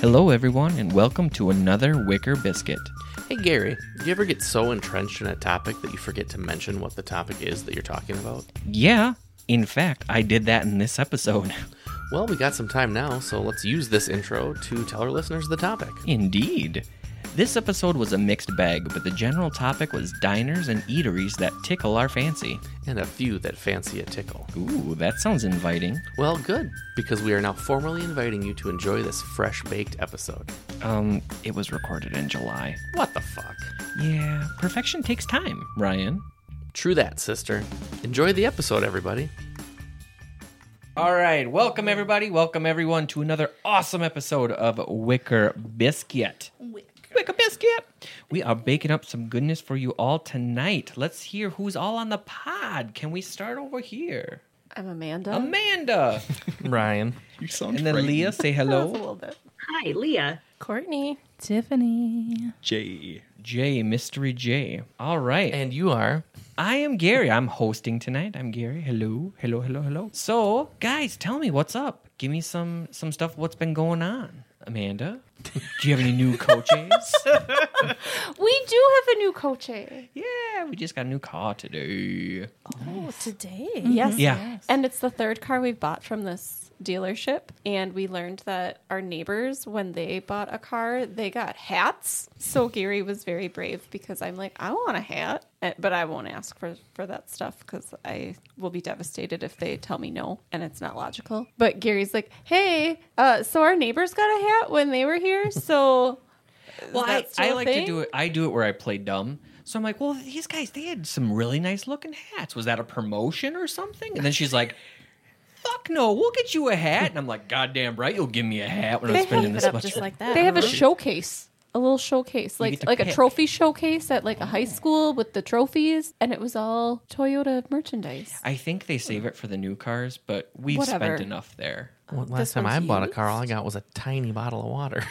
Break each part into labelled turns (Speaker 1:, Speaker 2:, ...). Speaker 1: Hello, everyone, and welcome to another Wicker Biscuit.
Speaker 2: Hey Gary, do you ever get so entrenched in a topic that you forget to mention what the topic is that you're talking about?
Speaker 1: Yeah, in fact, I did that in this episode.
Speaker 2: Well, we got some time now, so let's use this intro to tell our listeners the topic.
Speaker 1: Indeed. This episode was a mixed bag, but the general topic was diners and eateries that tickle our fancy.
Speaker 2: And a few that fancy a tickle.
Speaker 1: Ooh, that sounds inviting.
Speaker 2: Well, good, because we are now formally inviting you to enjoy this fresh baked episode.
Speaker 1: Um, it was recorded in July.
Speaker 2: What the fuck?
Speaker 1: Yeah, perfection takes time, Ryan.
Speaker 2: True that, sister. Enjoy the episode, everybody.
Speaker 1: All right, welcome everybody, welcome everyone to another awesome episode of Wicker Biscuit. Wicker Biscuit. We are baking up some goodness for you all tonight. Let's hear who's all on the pod. Can we start over here?
Speaker 3: I'm Amanda.
Speaker 1: Amanda.
Speaker 4: Ryan.
Speaker 1: You sound And then Leah, say hello.
Speaker 3: little bit.
Speaker 5: Hi, Leah.
Speaker 3: Courtney.
Speaker 4: Tiffany.
Speaker 6: J.
Speaker 1: Jay, Mystery Jay. All right.
Speaker 4: And you are.
Speaker 1: I am Gary. I'm hosting tonight. I'm Gary. Hello. Hello, hello, hello. So, guys, tell me what's up. Give me some some stuff what's been going on. Amanda, do you have any new coaches?
Speaker 3: We do have a new coach. Oh,
Speaker 1: yeah, we just got a new car today.
Speaker 3: today. Yes.
Speaker 1: Yeah.
Speaker 3: And it's the third car we've bought from this dealership. And we learned that our neighbors, when they bought a car, they got hats. So Gary was very brave because I'm like, I want a hat. Eh, But I won't ask for, for that stuff because I will be devastated if they tell me no and it's not logical. But Gary's like, hey, uh, so our neighbors got a hat when they were here. So. is
Speaker 1: Well, I,
Speaker 3: that still
Speaker 1: I
Speaker 3: a
Speaker 1: like to
Speaker 3: thing?"
Speaker 1: do it. I do it where I play dumb. So I'm like, well, these guys, they had some really nice looking hats. Was that a promotion or something? And then she's like, fuck no, we'll get you a hat. And I'm like, goddamn right, you'll give me a hat when I'm spending this much.
Speaker 5: that.
Speaker 3: They have a showcase, a little showcase,
Speaker 1: Mm-hmm. get
Speaker 3: like
Speaker 1: to
Speaker 3: like a
Speaker 1: pick.
Speaker 3: trophy showcase at like a high school with the trophies, and it was all Toyota merchandise.
Speaker 1: I think they save it for the new cars, but we've
Speaker 3: Whatever.
Speaker 1: spent enough there.
Speaker 2: Well,
Speaker 3: This
Speaker 2: last time I
Speaker 3: one's
Speaker 2: bought a car,
Speaker 3: used?
Speaker 2: all I got was a tiny bottle of water.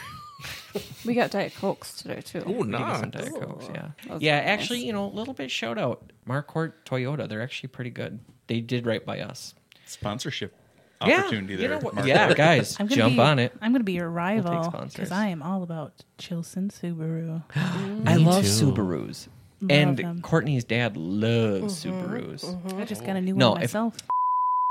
Speaker 3: We got Diet Cokes today too.
Speaker 1: We get
Speaker 2: nice.
Speaker 1: some Diet Cokes, yeah.
Speaker 3: Those
Speaker 1: Yeah,
Speaker 3: are nice.
Speaker 1: actually, you know, a little bit shout out. Marquardt Toyota, they're actually pretty good. They did right by us.
Speaker 6: Sponsorship
Speaker 1: Yeah,
Speaker 6: opportunity
Speaker 1: you
Speaker 6: there.
Speaker 1: know what-
Speaker 6: Mark.
Speaker 1: yeah, guys,
Speaker 4: I'm gonna
Speaker 1: jump
Speaker 4: be-
Speaker 1: on it.
Speaker 4: I'm going to be your rival
Speaker 1: sponsors.
Speaker 4: because I am all about Chilson Subaru.
Speaker 3: Mm-hmm.
Speaker 1: I love
Speaker 2: too.
Speaker 1: Subarus. and
Speaker 4: them. mm-hmm.
Speaker 1: Courtney's dad loves Subarus.
Speaker 4: I just got a new
Speaker 1: No,
Speaker 4: one
Speaker 1: if-
Speaker 4: myself.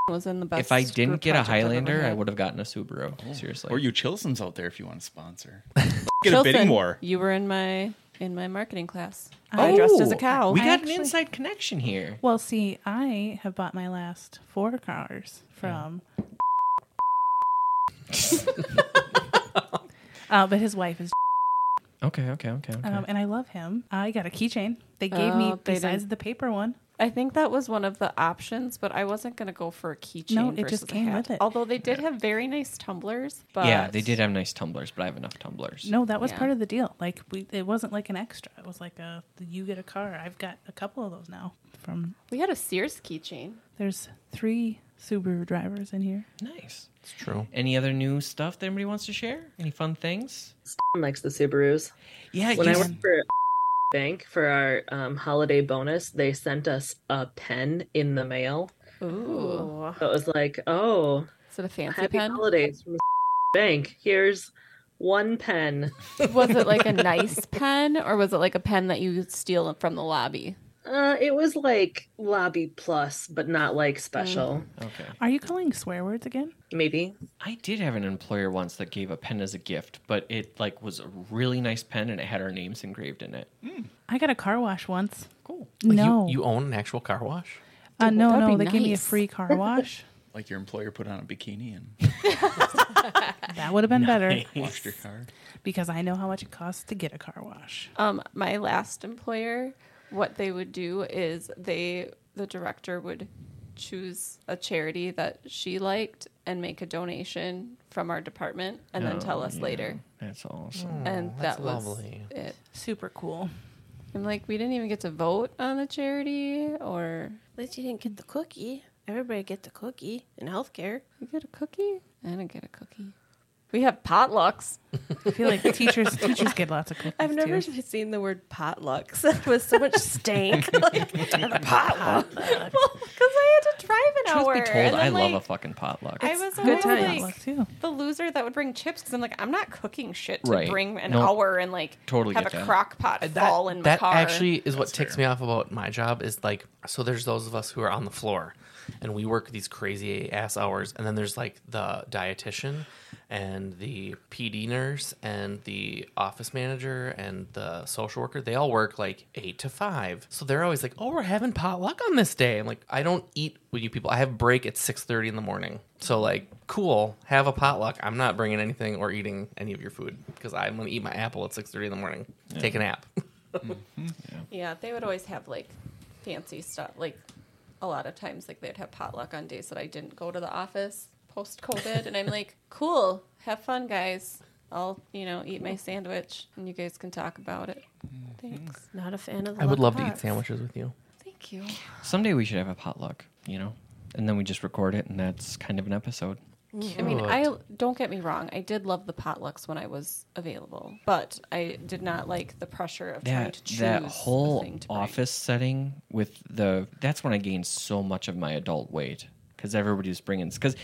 Speaker 3: Was in the best.
Speaker 1: If I
Speaker 3: group
Speaker 1: didn't get a
Speaker 3: project I've ever
Speaker 1: Highlander, I
Speaker 3: had.
Speaker 1: would have gotten a Subaru. Seriously.
Speaker 6: Oh. Or you Chilsons out there if you want to sponsor. Get a
Speaker 3: Chilson,
Speaker 6: bidding war.
Speaker 3: You were in my in my marketing class. I
Speaker 4: Oh,
Speaker 3: dressed as a cow.
Speaker 1: We
Speaker 4: I
Speaker 1: got
Speaker 4: actually-
Speaker 1: an inside connection here.
Speaker 4: Well, see, I have bought my last four cars from. uh, but his wife is,
Speaker 1: Okay, okay, okay. okay.
Speaker 4: um, and I love him. I got a keychain. They gave
Speaker 3: Oh,
Speaker 4: me
Speaker 3: they
Speaker 4: besides
Speaker 3: didn't-
Speaker 4: the paper one.
Speaker 3: I think that was one of the options, but I wasn't going to go for a keychain.
Speaker 4: No, it
Speaker 3: versus
Speaker 4: just
Speaker 3: a
Speaker 4: came
Speaker 3: hat.
Speaker 4: with it.
Speaker 3: Although they did have very nice tumblers. But
Speaker 1: yeah, they did have nice tumblers, but I have enough tumblers.
Speaker 4: No, that was
Speaker 3: Yeah.
Speaker 4: part of the deal. Like we, it wasn't like an extra. It was like a you get a car. I've got a couple of those now. From
Speaker 3: We had a Sears keychain.
Speaker 4: there's three Subaru drivers in here.
Speaker 1: Nice.
Speaker 2: It's true.
Speaker 1: Any other new stuff that anybody wants to share? Any fun things?
Speaker 5: Likes the Subarus.
Speaker 1: Yeah,
Speaker 5: When I
Speaker 1: you-
Speaker 5: worked for bank for our um, holiday bonus, they sent us a pen in the mail.
Speaker 3: Ooh.
Speaker 5: So it was like, oh,
Speaker 3: Is it a fancy
Speaker 5: happy
Speaker 3: pen?
Speaker 5: holidays from bank. Here's one pen.
Speaker 3: Was it like a nice pen or was it like a pen that you steal from the lobby?
Speaker 5: Uh, it was like lobby plus, but not like
Speaker 3: Mm.
Speaker 5: special.
Speaker 1: okay.
Speaker 4: Are you calling swear words again?
Speaker 5: Maybe.
Speaker 1: I did have an employer once that gave a pen as a gift, but it like was a really nice pen and it had our names engraved in it.
Speaker 4: I got a car wash once.
Speaker 1: Cool.
Speaker 2: Like, you-
Speaker 4: no,
Speaker 2: You, own an actual car wash?
Speaker 4: uh, no,
Speaker 3: That'd
Speaker 4: no.
Speaker 3: be
Speaker 4: They gave me a
Speaker 3: nice.
Speaker 4: free car wash.
Speaker 6: Like your employer put on a bikini and
Speaker 4: that would have been better
Speaker 6: washed your car.
Speaker 4: because I know how much it costs to get a car wash.
Speaker 3: Um, my last employer, what they would do is they the director would choose a charity that she liked and make a donation from our department and then tell us later.
Speaker 1: That's awesome.
Speaker 3: And
Speaker 2: Oh, that's
Speaker 3: that was
Speaker 2: lovely.
Speaker 3: it.
Speaker 4: Super cool.
Speaker 3: I'm like, we didn't even get to vote on the charity or
Speaker 7: At least you didn't get the cookie. Everybody get the cookie in healthcare.
Speaker 3: we get a cookie? I didn't get a cookie. We have potlucks.
Speaker 4: I feel like teachers teachers get lots of cookies.
Speaker 7: I've never
Speaker 4: too.
Speaker 7: seen the word potlucks with so much stank. like, potluck.
Speaker 3: Well, because I had to drive an
Speaker 4: Truth
Speaker 3: hour.
Speaker 4: be
Speaker 1: told
Speaker 3: And then,
Speaker 1: I love a
Speaker 3: like,
Speaker 1: fucking potluck.
Speaker 3: I was
Speaker 7: good
Speaker 3: always
Speaker 7: times.
Speaker 3: like
Speaker 4: Potluck, too.
Speaker 3: the loser that would bring chips because I'm like I'm not cooking shit to
Speaker 1: Right.
Speaker 3: bring an
Speaker 1: No.
Speaker 3: hour and like
Speaker 1: Totally
Speaker 3: have a
Speaker 1: get that.
Speaker 3: crock pot
Speaker 2: That,
Speaker 3: fall in my
Speaker 2: that
Speaker 3: car.
Speaker 2: actually is what ticks me off about my job is like so there's those of us who are on the floor and we work these crazy ass hours and then there's like the dietitian and the PD nurse and the office manager and the social worker they all work like 8 to 5 so they're always like oh we're having potluck on this day I'm like I don't eat with you people I have break at 6:30 in the morning so like cool have a potluck I'm not bringing anything or eating any of your food because I'm going to eat my apple at 6:30 in the morning take a nap
Speaker 3: yeah, they would always have like fancy stuff. Like a lot of times, like they'd have potluck on days that I didn't go to the office post COVID, and I'm like, cool, have fun, guys. I'll you know eat my sandwich and you guys can talk about it.
Speaker 1: Mm-hmm.
Speaker 3: Thanks.
Speaker 7: Not a fan of the
Speaker 2: I would love
Speaker 7: luck
Speaker 2: to eat
Speaker 7: pots.
Speaker 2: sandwiches with you.
Speaker 3: Thank you.
Speaker 1: Someday we should have a potluck, you know? And then we just record it, and that's kind of an episode.
Speaker 3: I mean,
Speaker 2: Cute.
Speaker 3: I don't get me wrong. I did love the potlucks when I was available, but I did not like the pressure of trying to
Speaker 1: That
Speaker 3: choose
Speaker 1: that
Speaker 3: a
Speaker 1: whole
Speaker 3: thing to bring.
Speaker 1: office setting with the that's when I gained so much of my adult weight because everybody's bringing because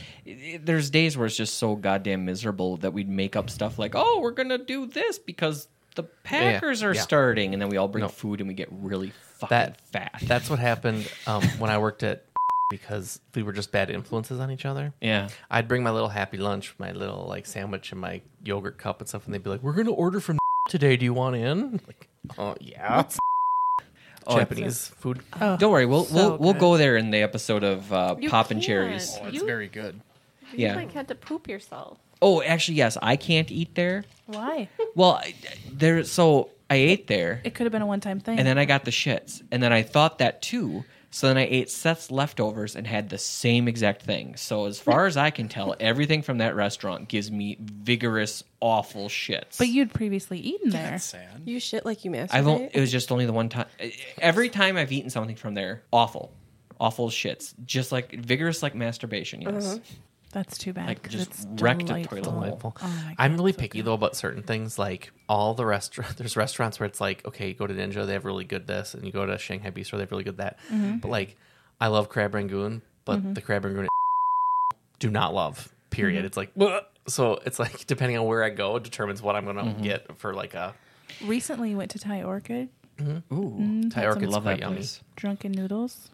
Speaker 1: there's days where it's just so goddamn miserable that we'd make up stuff like oh we're gonna do this because the Packers are
Speaker 2: Yeah.
Speaker 1: starting and then we all bring food and we get really fucking
Speaker 2: That-
Speaker 1: fat.
Speaker 2: That's what happened um, when I worked at because we were just bad influences on each other.
Speaker 1: yeah.
Speaker 2: I'd bring my little happy lunch, my little like sandwich and my yogurt cup and stuff, and they'd be like, "We're gonna order from today. Do you want in?" Like, oh yeah,
Speaker 1: Oh,
Speaker 2: Japanese food.
Speaker 1: Don't worry, we'll we'll,
Speaker 7: So
Speaker 1: we'll
Speaker 7: good.
Speaker 1: go there in the episode of uh,
Speaker 3: You
Speaker 1: poppin'
Speaker 3: can't.
Speaker 1: cherries.
Speaker 6: Oh, it's
Speaker 3: You-
Speaker 6: very good.
Speaker 1: Yeah.
Speaker 3: You like had to poop yourself.
Speaker 1: Oh, actually, yes, I can't eat there.
Speaker 4: Why?
Speaker 1: Well, I, there. So I ate there,
Speaker 4: It could have been a one-time thing.
Speaker 1: and then I got the shits, and then I thought that too. So then I ate Seth's leftovers and had the same exact thing. So as far as I can tell, everything from that restaurant gives me vigorous, awful shits.
Speaker 4: but you'd previously eaten there.
Speaker 6: Sad.
Speaker 7: You shit like you masturbate.
Speaker 1: I've only, it was just only the one time. Every time I've eaten something from there, awful, awful shits. Just like vigorous, like masturbation. Yes.
Speaker 4: That's too bad.
Speaker 1: Like,
Speaker 4: 'cause
Speaker 1: just
Speaker 4: it's
Speaker 1: wrecked a
Speaker 4: delightful.
Speaker 1: toilet bowl.
Speaker 2: Delightful.
Speaker 4: Oh my
Speaker 2: I'm
Speaker 4: God,
Speaker 2: really
Speaker 4: so
Speaker 2: picky
Speaker 4: good.
Speaker 2: though about certain things. Like all the restaurant, there's restaurants where it's like, okay, you go to Ninja, they have really good this, and you go to Shanghai Bistro, they have really good that. But like, I love crab rangoon, but the crab rangoon at do not love. Period. It's like, "Bleh." so it's like depending on where I go, it determines what I'm gonna get for like a
Speaker 4: Recently went to Thai Orchid.
Speaker 1: Ooh,
Speaker 2: Thai
Speaker 4: had some
Speaker 2: orchid's
Speaker 1: love
Speaker 2: quite
Speaker 1: that
Speaker 2: yummy.
Speaker 1: place.
Speaker 4: Drunken noodles.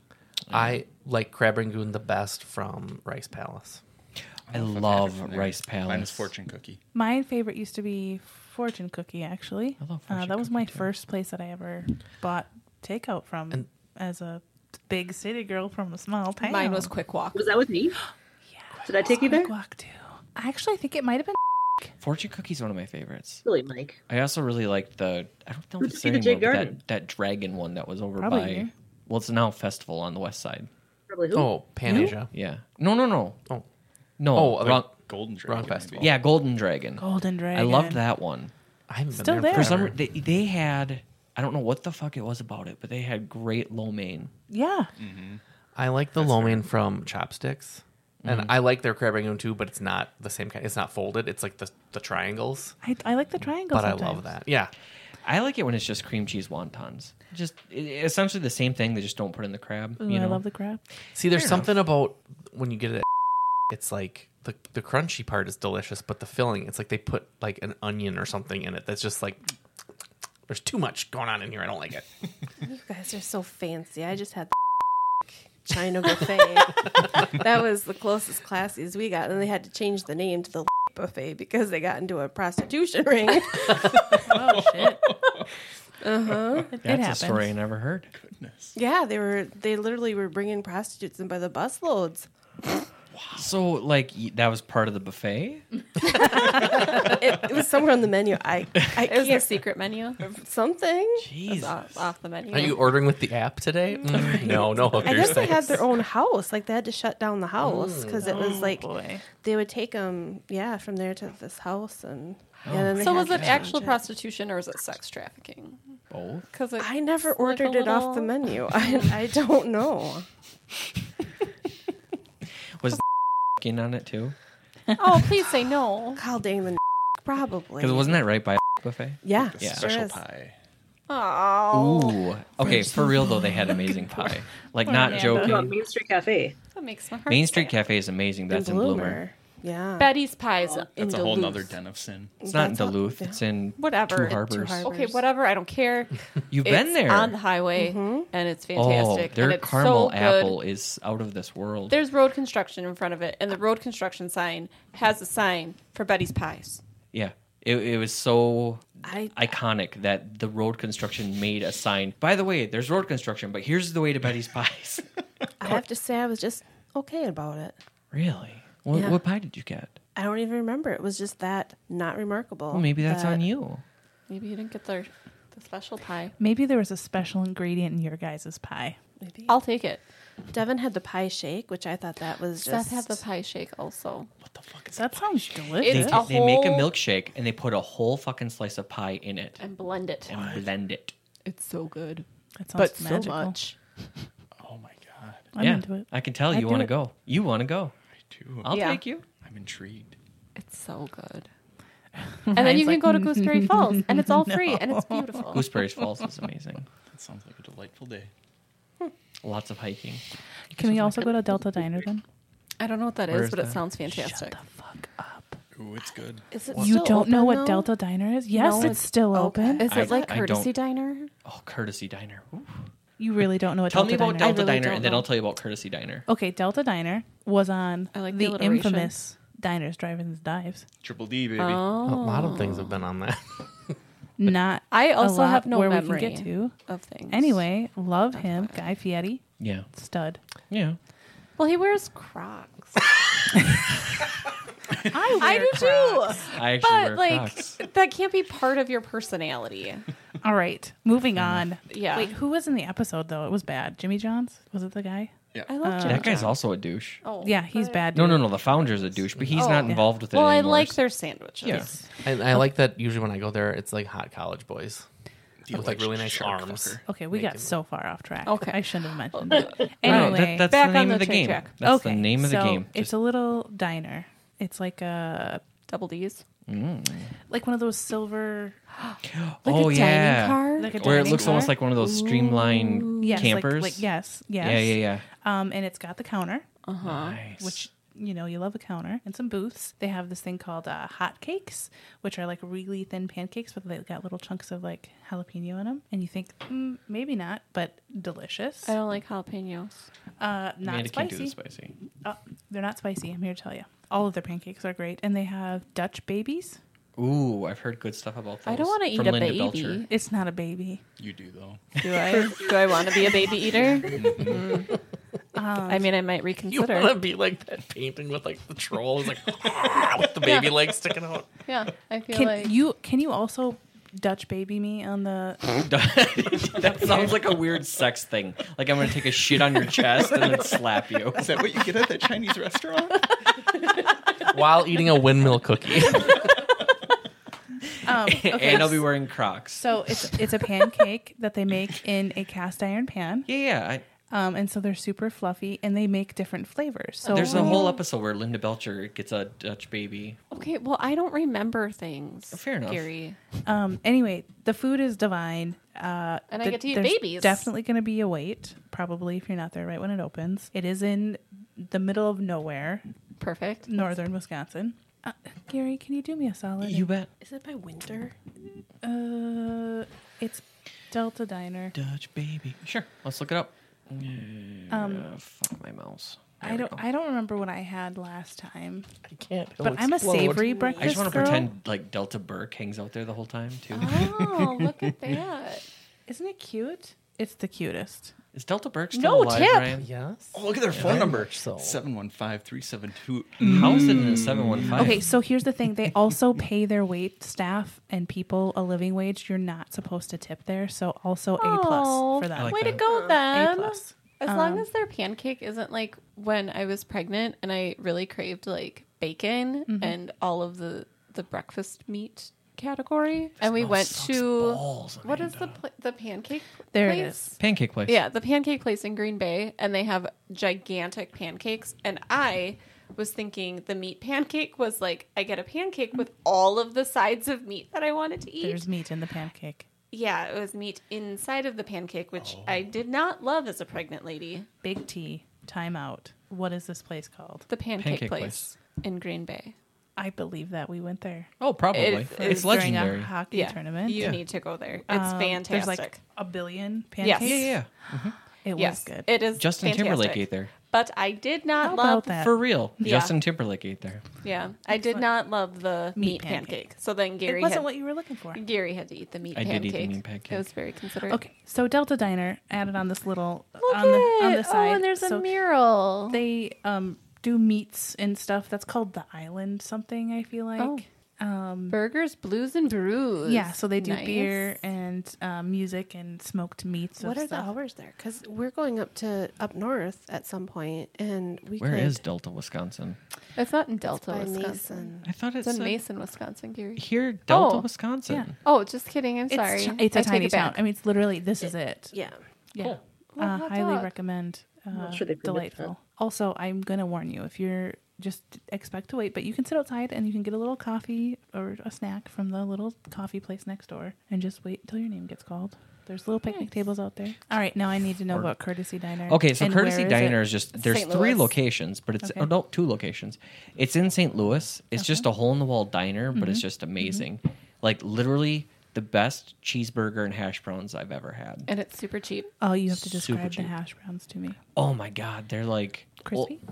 Speaker 2: I like crab rangoon the best from Rice Palace.
Speaker 1: I
Speaker 6: If I've had it
Speaker 1: love
Speaker 6: from there.
Speaker 1: Rice
Speaker 6: Minus
Speaker 1: Palace.
Speaker 6: fortune cookie.
Speaker 4: My favorite used to be Fortune Cookie, actually.
Speaker 1: I love
Speaker 4: uh,
Speaker 1: Fortune
Speaker 4: that was my
Speaker 1: Cookie, too.
Speaker 4: first place that I ever bought takeout from as a big city girl from a small town.
Speaker 3: Mine was quick walk.
Speaker 5: Was that with me? Did I take you there?
Speaker 4: Quick Walk, too. Actually, I think it might have been.
Speaker 1: Fortune cookie's one of my favorites.
Speaker 5: Really, Mike?
Speaker 1: I also really like the I don't know if
Speaker 5: Let's
Speaker 1: it's
Speaker 5: see
Speaker 1: there
Speaker 5: the Jade
Speaker 1: anymore, but
Speaker 5: Garden.
Speaker 1: that, that dragon one that was over
Speaker 4: Probably
Speaker 1: by
Speaker 4: here.
Speaker 1: well it's now festival on the west side.
Speaker 5: Probably who?
Speaker 2: Oh, Pan Asia.
Speaker 1: Yeah. No no no.
Speaker 2: Oh.
Speaker 1: No.
Speaker 2: Oh, other-
Speaker 1: wrong-
Speaker 6: Golden Dragon. maybe.
Speaker 2: festival.
Speaker 1: yeah, Golden Dragon.
Speaker 4: Golden Dragon.
Speaker 1: I love that one.
Speaker 2: I haven't
Speaker 4: Still
Speaker 2: been
Speaker 4: there.
Speaker 2: there.
Speaker 1: For some
Speaker 2: forever.
Speaker 1: re- they, they had I don't know what the fuck it was about it, but they had great lo mein.
Speaker 4: Yeah.
Speaker 2: I like the lo mein from Chopsticks,
Speaker 7: Mm-hmm.
Speaker 2: and I like their crab rangoon too, but it's not the same kind. It's not folded. It's like the the triangles.
Speaker 4: I, I like the triangle.
Speaker 2: But I
Speaker 4: sometimes.
Speaker 2: love that. Yeah,
Speaker 1: I like it when it's just cream cheese wontons. Just i- essentially the same thing. They just don't put in the crab.
Speaker 4: Ooh,
Speaker 1: you know?
Speaker 4: I love the crab.
Speaker 2: see, there's
Speaker 1: Fair enough.
Speaker 2: something about when you get it. at It's like the the crunchy part is delicious, but the filling, it's like they put like an onion or something in it. That's just like there's too much going on in here. I don't like it.
Speaker 7: You guys are so fancy. I just had the China buffet. that was the closest classes we got. And they had to change the name to the buffet because they got into a prostitution ring.
Speaker 4: Oh, shit.
Speaker 7: Uh
Speaker 3: Uh-huh.
Speaker 7: huh.
Speaker 4: It, it
Speaker 1: That's
Speaker 4: happens.
Speaker 1: a story I never heard.
Speaker 6: Goodness.
Speaker 7: Yeah, they were. They literally were bringing prostitutes in by the busloads.
Speaker 1: So like y- that was part of the buffet?
Speaker 4: Mm.
Speaker 7: It, it was somewhere on the menu. I, I
Speaker 3: It was a
Speaker 7: can't
Speaker 3: secret menu.
Speaker 7: something.
Speaker 3: It was off, off the menu.
Speaker 2: Are you ordering with the app today? Mm, no, no hookers.
Speaker 7: I guess they had
Speaker 2: thanks.
Speaker 7: their own house. Like they had to shut down the house
Speaker 3: Mm.
Speaker 7: because it
Speaker 3: Oh,
Speaker 7: was like
Speaker 4: Boy.
Speaker 7: they would take them, yeah, from there to this house, and yeah. Then they
Speaker 3: Oh. So
Speaker 7: had
Speaker 3: was
Speaker 7: to
Speaker 3: it
Speaker 7: change
Speaker 3: actual prostitution or was it sex trafficking?
Speaker 1: Both.
Speaker 3: Because
Speaker 7: I never ordered it off the
Speaker 3: menu.
Speaker 7: menu. I, I don't know.
Speaker 1: Was in on it too?
Speaker 3: Oh, please say no.
Speaker 7: Kyle Damon, probably.
Speaker 1: Because wasn't that right by buffet?
Speaker 7: yeah,
Speaker 6: The
Speaker 1: Yeah.
Speaker 7: sure
Speaker 6: special
Speaker 7: is.
Speaker 6: pie.
Speaker 3: Oh,
Speaker 1: Ooh. Okay, for real though, they had amazing pie. Like not
Speaker 4: Amanda.
Speaker 5: What about
Speaker 1: joking.
Speaker 5: Main Street Cafe?
Speaker 3: the That makes my heart.
Speaker 1: Main Street
Speaker 3: sad.
Speaker 1: Cafe is amazing. That's in Bloomer.
Speaker 7: Yeah.
Speaker 3: Betty's Pies.
Speaker 6: That's
Speaker 7: in
Speaker 6: a whole
Speaker 7: Duluth.
Speaker 6: nother den of sin.
Speaker 1: It's not in
Speaker 7: That's all-
Speaker 1: Duluth.
Speaker 7: yeah.
Speaker 1: It's in
Speaker 3: Whatever.
Speaker 1: Two Harbors.
Speaker 7: Harbors.
Speaker 3: Okay, whatever. I don't care.
Speaker 1: You've
Speaker 3: It's
Speaker 1: been there.
Speaker 3: on the highway, and it's fantastic.
Speaker 1: Oh, their
Speaker 3: and it's
Speaker 1: caramel
Speaker 3: so good.
Speaker 1: apple is out of this world.
Speaker 3: There's road construction in front of it, and the road construction sign has a sign for Betty's Pies.
Speaker 1: yeah. It, it was so
Speaker 7: I-
Speaker 1: iconic that the road construction made a sign. By the way, there's road construction, but here's the way to Betty's Pies.
Speaker 7: I have to say, I was just okay about it.
Speaker 1: really? What,
Speaker 7: Yeah.
Speaker 1: what pie did you get?
Speaker 7: I don't even remember. It was just that not remarkable.
Speaker 1: Well, maybe that's
Speaker 7: that-
Speaker 1: on you.
Speaker 3: Maybe you didn't get the the special pie.
Speaker 4: Maybe there was a special ingredient in your guys' pie.
Speaker 7: Maybe.
Speaker 3: I'll take it.
Speaker 7: Devin had the pie shake, which I thought that was just.
Speaker 3: Seth had the pie shake also.
Speaker 6: What the fuck is that?
Speaker 4: That sounds
Speaker 1: They,
Speaker 4: delicious.
Speaker 3: It's
Speaker 1: ta-
Speaker 3: a
Speaker 1: they make a
Speaker 3: whole-
Speaker 1: milkshake and they put a whole fucking slice of pie in it
Speaker 3: And blend it.
Speaker 1: and blend it.
Speaker 3: It's so good.
Speaker 4: That sounds
Speaker 3: But so
Speaker 4: magical.
Speaker 3: much.
Speaker 6: Oh my god.
Speaker 4: I'm
Speaker 1: yeah,
Speaker 4: into it.
Speaker 1: I can tell
Speaker 4: I'd
Speaker 1: you
Speaker 4: do
Speaker 1: want to
Speaker 4: it.
Speaker 1: go. You want to go.
Speaker 6: I do.
Speaker 1: I'll
Speaker 3: Yeah.
Speaker 1: take you.
Speaker 6: I'm intrigued.
Speaker 3: It's so good. And then you
Speaker 4: Ryan's
Speaker 3: can go
Speaker 4: like,
Speaker 3: to Gooseberry Falls, and it's all free, and it's beautiful.
Speaker 1: Gooseberries Falls is amazing.
Speaker 6: That sounds like a delightful day.
Speaker 1: Lots of hiking.
Speaker 4: Can we also go to Delta Diner then?
Speaker 3: I don't know what that is,
Speaker 1: Where is
Speaker 3: but
Speaker 1: that?
Speaker 3: it sounds fantastic.
Speaker 4: Fuck up.
Speaker 6: Ooh, it's good.
Speaker 7: Is it
Speaker 4: You
Speaker 7: still
Speaker 4: don't know
Speaker 7: open,
Speaker 4: what
Speaker 7: though?
Speaker 4: Delta Diner is? Yes, it's, still open.
Speaker 3: Is
Speaker 1: I-
Speaker 3: it like
Speaker 1: I
Speaker 3: Courtesy
Speaker 1: don't-
Speaker 3: Diner?
Speaker 1: Oh, Courtesy Diner. Ooh.
Speaker 4: You really don't know what
Speaker 1: Tell
Speaker 4: Delta
Speaker 1: me about
Speaker 4: Diner is?
Speaker 1: Delta
Speaker 3: really
Speaker 1: Diner,
Speaker 3: don't
Speaker 1: and then
Speaker 3: know.
Speaker 1: I'll tell you about Courtesy Diner.
Speaker 4: Okay, Delta Diner was on
Speaker 3: I like the
Speaker 4: the,
Speaker 3: alliteration.
Speaker 4: infamous Diners, Drive-Ins, Dives.
Speaker 6: Triple D, baby.
Speaker 3: Oh,
Speaker 2: A lot of things have been on that.
Speaker 4: Not
Speaker 3: I
Speaker 4: a
Speaker 3: also
Speaker 4: lot
Speaker 3: have no
Speaker 4: where
Speaker 3: memory.
Speaker 4: we can get to.
Speaker 3: Of things.
Speaker 4: Anyway, love him, Guy Fieri,
Speaker 1: Yeah,
Speaker 4: stud.
Speaker 1: yeah.
Speaker 3: Well, he wears Crocs.
Speaker 4: I,
Speaker 3: I do too.
Speaker 1: I actually
Speaker 3: But
Speaker 1: wear
Speaker 3: like
Speaker 1: Crocs.
Speaker 3: that can't be part of your personality.
Speaker 4: All right, moving on.
Speaker 3: Yeah.
Speaker 4: Wait, who was in the episode though? It was bad. Jimmy Johns was it the guy?
Speaker 3: I love Jimmy
Speaker 1: Uh, That guy's also a douche.
Speaker 3: Oh,
Speaker 4: Yeah, he's
Speaker 3: but-
Speaker 4: bad.
Speaker 1: No,
Speaker 4: dude.
Speaker 1: no, no. The founder's a douche, but he's not
Speaker 3: Oh.
Speaker 1: involved with it.
Speaker 3: Well, I
Speaker 1: anymore.
Speaker 3: like their sandwiches.
Speaker 1: Yeah.
Speaker 2: And I like that usually when I go there, it's like hot college boys.
Speaker 6: The
Speaker 2: With like really nice
Speaker 6: electric shark
Speaker 2: arms.
Speaker 6: fucker.
Speaker 4: Okay, we got
Speaker 2: Making-
Speaker 4: so far off track.
Speaker 3: Okay.
Speaker 4: I shouldn't have mentioned it.
Speaker 1: No,
Speaker 4: Anyway,
Speaker 1: that, that's
Speaker 3: back
Speaker 1: the
Speaker 3: on
Speaker 1: name
Speaker 3: the
Speaker 1: of the
Speaker 3: train
Speaker 1: game.
Speaker 3: track.
Speaker 1: That's
Speaker 4: okay,
Speaker 1: the name of the
Speaker 4: so
Speaker 1: game.
Speaker 4: It's a little diner. It's like a
Speaker 3: Double D's.
Speaker 4: like one of those silver
Speaker 3: Like
Speaker 1: oh
Speaker 3: a
Speaker 1: yeah,
Speaker 3: dining car.
Speaker 4: like a
Speaker 1: where it
Speaker 4: dining
Speaker 1: looks
Speaker 4: car.
Speaker 1: almost like one of those streamlined
Speaker 4: yes, like-
Speaker 1: campers.
Speaker 4: Like, yes, yes.
Speaker 1: Yeah, yeah, yeah.
Speaker 4: Um, and it's got the counter,
Speaker 1: Nice.
Speaker 4: which you know you love a counter and some booths. They have this thing called uh, hot cakes, which are like really thin pancakes, but they've got little chunks of like jalapeno in them. And you think mm, maybe not, but delicious.
Speaker 3: I don't like jalapenos.
Speaker 4: Uh, not
Speaker 1: Amanda can't do the
Speaker 4: spicy.
Speaker 1: spicy.
Speaker 4: Oh, they're not spicy. I'm here to tell you. All of their pancakes are great, and they have Dutch babies.
Speaker 1: Ooh, I've heard good stuff about those.
Speaker 3: I don't want to eat
Speaker 1: from
Speaker 3: a
Speaker 1: Linda
Speaker 3: baby.
Speaker 1: Belcher.
Speaker 4: It's not a baby.
Speaker 6: You do though.
Speaker 3: Do I? Do I want to be a baby eater? Mm. I mean, I might
Speaker 2: You
Speaker 3: reconsider.
Speaker 2: want to be like that painting with like the troll, like with the baby legs sticking out.
Speaker 3: Yeah, I feel
Speaker 4: Can
Speaker 3: like
Speaker 4: you can you also Dutch baby me on the
Speaker 1: that sounds like a weird sex thing. Like I'm gonna take a shit on your chest and then slap you.
Speaker 6: Is that what you get at that Chinese restaurant?
Speaker 2: While eating a windmill cookie.
Speaker 4: um, okay.
Speaker 1: and I'll be wearing Crocs.
Speaker 4: So it's it's a pancake that they make in a cast iron pan,
Speaker 1: yeah, yeah. I,
Speaker 4: um, and so they're super fluffy, and they make different flavors. So
Speaker 1: There's a whole episode where Linda Belcher gets a Dutch baby.
Speaker 3: okay. Well, I don't remember things.
Speaker 1: Fair enough.
Speaker 3: Gary.
Speaker 4: um, anyway, the food is divine. Uh,
Speaker 3: And I
Speaker 4: the-
Speaker 3: get to eat
Speaker 4: there's
Speaker 3: babies.
Speaker 4: Definitely going to be a wait, probably if you're not there right when it opens. It is in the middle of nowhere,
Speaker 3: Perfect.
Speaker 4: northern Wisconsin. Uh, Gary, can you do me a solid?
Speaker 1: You bet.
Speaker 7: Is it by winter?
Speaker 4: Uh, it's Delta Diner.
Speaker 1: Dutch baby. Sure. Let's look it up.
Speaker 4: Um,
Speaker 1: Uh, fuck my mouse. There
Speaker 4: I
Speaker 1: we
Speaker 4: don't.
Speaker 1: go.
Speaker 4: I don't remember what I had last time,
Speaker 2: I can't. it'll
Speaker 4: but I'm a
Speaker 2: explode.
Speaker 4: savory
Speaker 1: I
Speaker 4: breakfast.
Speaker 1: just want to
Speaker 4: girl.
Speaker 1: pretend like Delta Burke hangs out there the whole time too.
Speaker 3: Oh, look at that.
Speaker 4: Isn't it cute? It's the cutest.
Speaker 1: Is Delta Burke still
Speaker 3: No
Speaker 1: alive,
Speaker 3: tip.
Speaker 1: Ryan?
Speaker 2: Yes.
Speaker 6: Oh, look at their phone number.
Speaker 1: Oh.
Speaker 2: so.
Speaker 6: Seven one five three seven two.
Speaker 1: How is it in a seven one five?
Speaker 4: Okay, so here's the thing: they also pay their wait staff and people a living wage. You're not supposed to tip there, so also a
Speaker 3: Oh,
Speaker 4: plus for
Speaker 1: I
Speaker 4: that.
Speaker 1: like
Speaker 3: Way
Speaker 1: that.
Speaker 3: to go, then.
Speaker 4: a plus. Um,
Speaker 3: As long as their pancake isn't like when I was pregnant and I really craved like bacon
Speaker 4: Mm-hmm.
Speaker 3: and all of the the breakfast meat category, and we
Speaker 1: mouth
Speaker 3: went
Speaker 1: Oh, sucks
Speaker 3: to
Speaker 1: balls,
Speaker 3: what is the pla- the pancake?
Speaker 4: There
Speaker 3: place?
Speaker 4: it is.
Speaker 1: Pancake place.
Speaker 3: Yeah, the pancake place in Green Bay, and they have gigantic pancakes. And I was thinking the meat pancake was like I get a pancake with all of the sides of meat that I wanted to eat.
Speaker 4: There's meat in the pancake.
Speaker 3: Yeah,
Speaker 1: Oh.
Speaker 3: it was meat inside of the pancake, which I did not love as a pregnant lady.
Speaker 4: Big T. time out. What is this place called?
Speaker 3: The pancake,
Speaker 1: Pancake
Speaker 3: place, in Green Bay.
Speaker 4: I believe that we went there.
Speaker 1: Oh, probably.
Speaker 3: It-
Speaker 1: it's
Speaker 3: it's
Speaker 4: during
Speaker 1: legendary.
Speaker 4: a hockey
Speaker 3: yeah,
Speaker 4: tournament.
Speaker 3: You
Speaker 1: Yeah.
Speaker 3: need to go there. It's
Speaker 4: Um,
Speaker 3: fantastic.
Speaker 4: There's like a billion
Speaker 3: Yes.
Speaker 4: pancakes.
Speaker 1: yeah, yeah.
Speaker 4: It
Speaker 3: yes,
Speaker 4: was good.
Speaker 3: It is
Speaker 1: Justin Timberlake
Speaker 3: fantastic.
Speaker 1: ate there.
Speaker 3: But I did not
Speaker 4: How
Speaker 3: love
Speaker 4: about that?
Speaker 1: For real.
Speaker 3: Yeah.
Speaker 1: Justin Timberlake ate there.
Speaker 3: Yeah, I did not love the meat,
Speaker 4: Meat
Speaker 3: pancake.
Speaker 4: pancake.
Speaker 3: So then
Speaker 4: it
Speaker 3: Gary
Speaker 4: wasn't
Speaker 3: had,
Speaker 4: what you were looking for.
Speaker 3: Gary had to eat the meat
Speaker 1: I did
Speaker 3: pancake.
Speaker 1: eat the meat pancake.
Speaker 3: It was very considerate.
Speaker 4: Okay, so Delta Diner added on this little
Speaker 3: Look
Speaker 4: on the on
Speaker 3: it.
Speaker 4: the side.
Speaker 3: Oh, and there's
Speaker 4: so
Speaker 3: a mural.
Speaker 4: They um do meats and stuff. That's called the Island something. I feel like.
Speaker 3: Oh.
Speaker 4: Um,
Speaker 7: Burgers, blues, and brews.
Speaker 4: yeah, so they do
Speaker 3: Nice.
Speaker 4: beer and um, music and smoked meats.
Speaker 7: What
Speaker 4: of
Speaker 7: are the
Speaker 4: stuff.
Speaker 7: hours there? Because we're going up to up north at some point, and we
Speaker 1: Where
Speaker 7: could,
Speaker 1: is Delta, Wisconsin?
Speaker 3: it's not in Delta,
Speaker 7: by
Speaker 3: Wisconsin.
Speaker 7: Mason?
Speaker 1: I thought
Speaker 3: It's
Speaker 1: it's
Speaker 3: in Mason, Wisconsin, Gary.
Speaker 1: here, Delta,
Speaker 3: Oh,
Speaker 1: Wisconsin.
Speaker 4: yeah.
Speaker 3: Oh, just kidding. I'm
Speaker 4: It's
Speaker 3: sorry.
Speaker 4: ti- it's
Speaker 3: a
Speaker 4: a tiny town. I mean, it's literally this is it.
Speaker 7: Yeah,
Speaker 4: Yeah.
Speaker 1: Cool.
Speaker 3: Well,
Speaker 4: uh,
Speaker 3: hot
Speaker 4: highly
Speaker 3: dog.
Speaker 4: recommend. Uh,
Speaker 5: sure they put it up.
Speaker 4: delightful. Also, I'm going to warn you if you're just expect to wait, but you can sit outside and you can get a little coffee or a snack from the little coffee place next door and just wait until your name gets called. There's little picnic tables out there. All right, now I need to know about Courtesy Diner.
Speaker 1: Okay, so
Speaker 4: and
Speaker 1: Courtesy
Speaker 4: where is
Speaker 1: Diner
Speaker 4: it.
Speaker 1: is just there's
Speaker 3: St.
Speaker 1: three
Speaker 3: Louis.
Speaker 1: locations, but it's
Speaker 4: Okay.
Speaker 1: oh no, two locations. It's in St. Louis. It's just a hole in the wall diner, but it's just amazing. Like literally the best cheeseburger and hash browns I've ever had.
Speaker 3: and it's super cheap.
Speaker 4: Oh, you have to
Speaker 1: Super
Speaker 4: describe the
Speaker 1: cheap.
Speaker 4: hash browns to me.
Speaker 1: Oh my god, they're like well,
Speaker 4: Crispy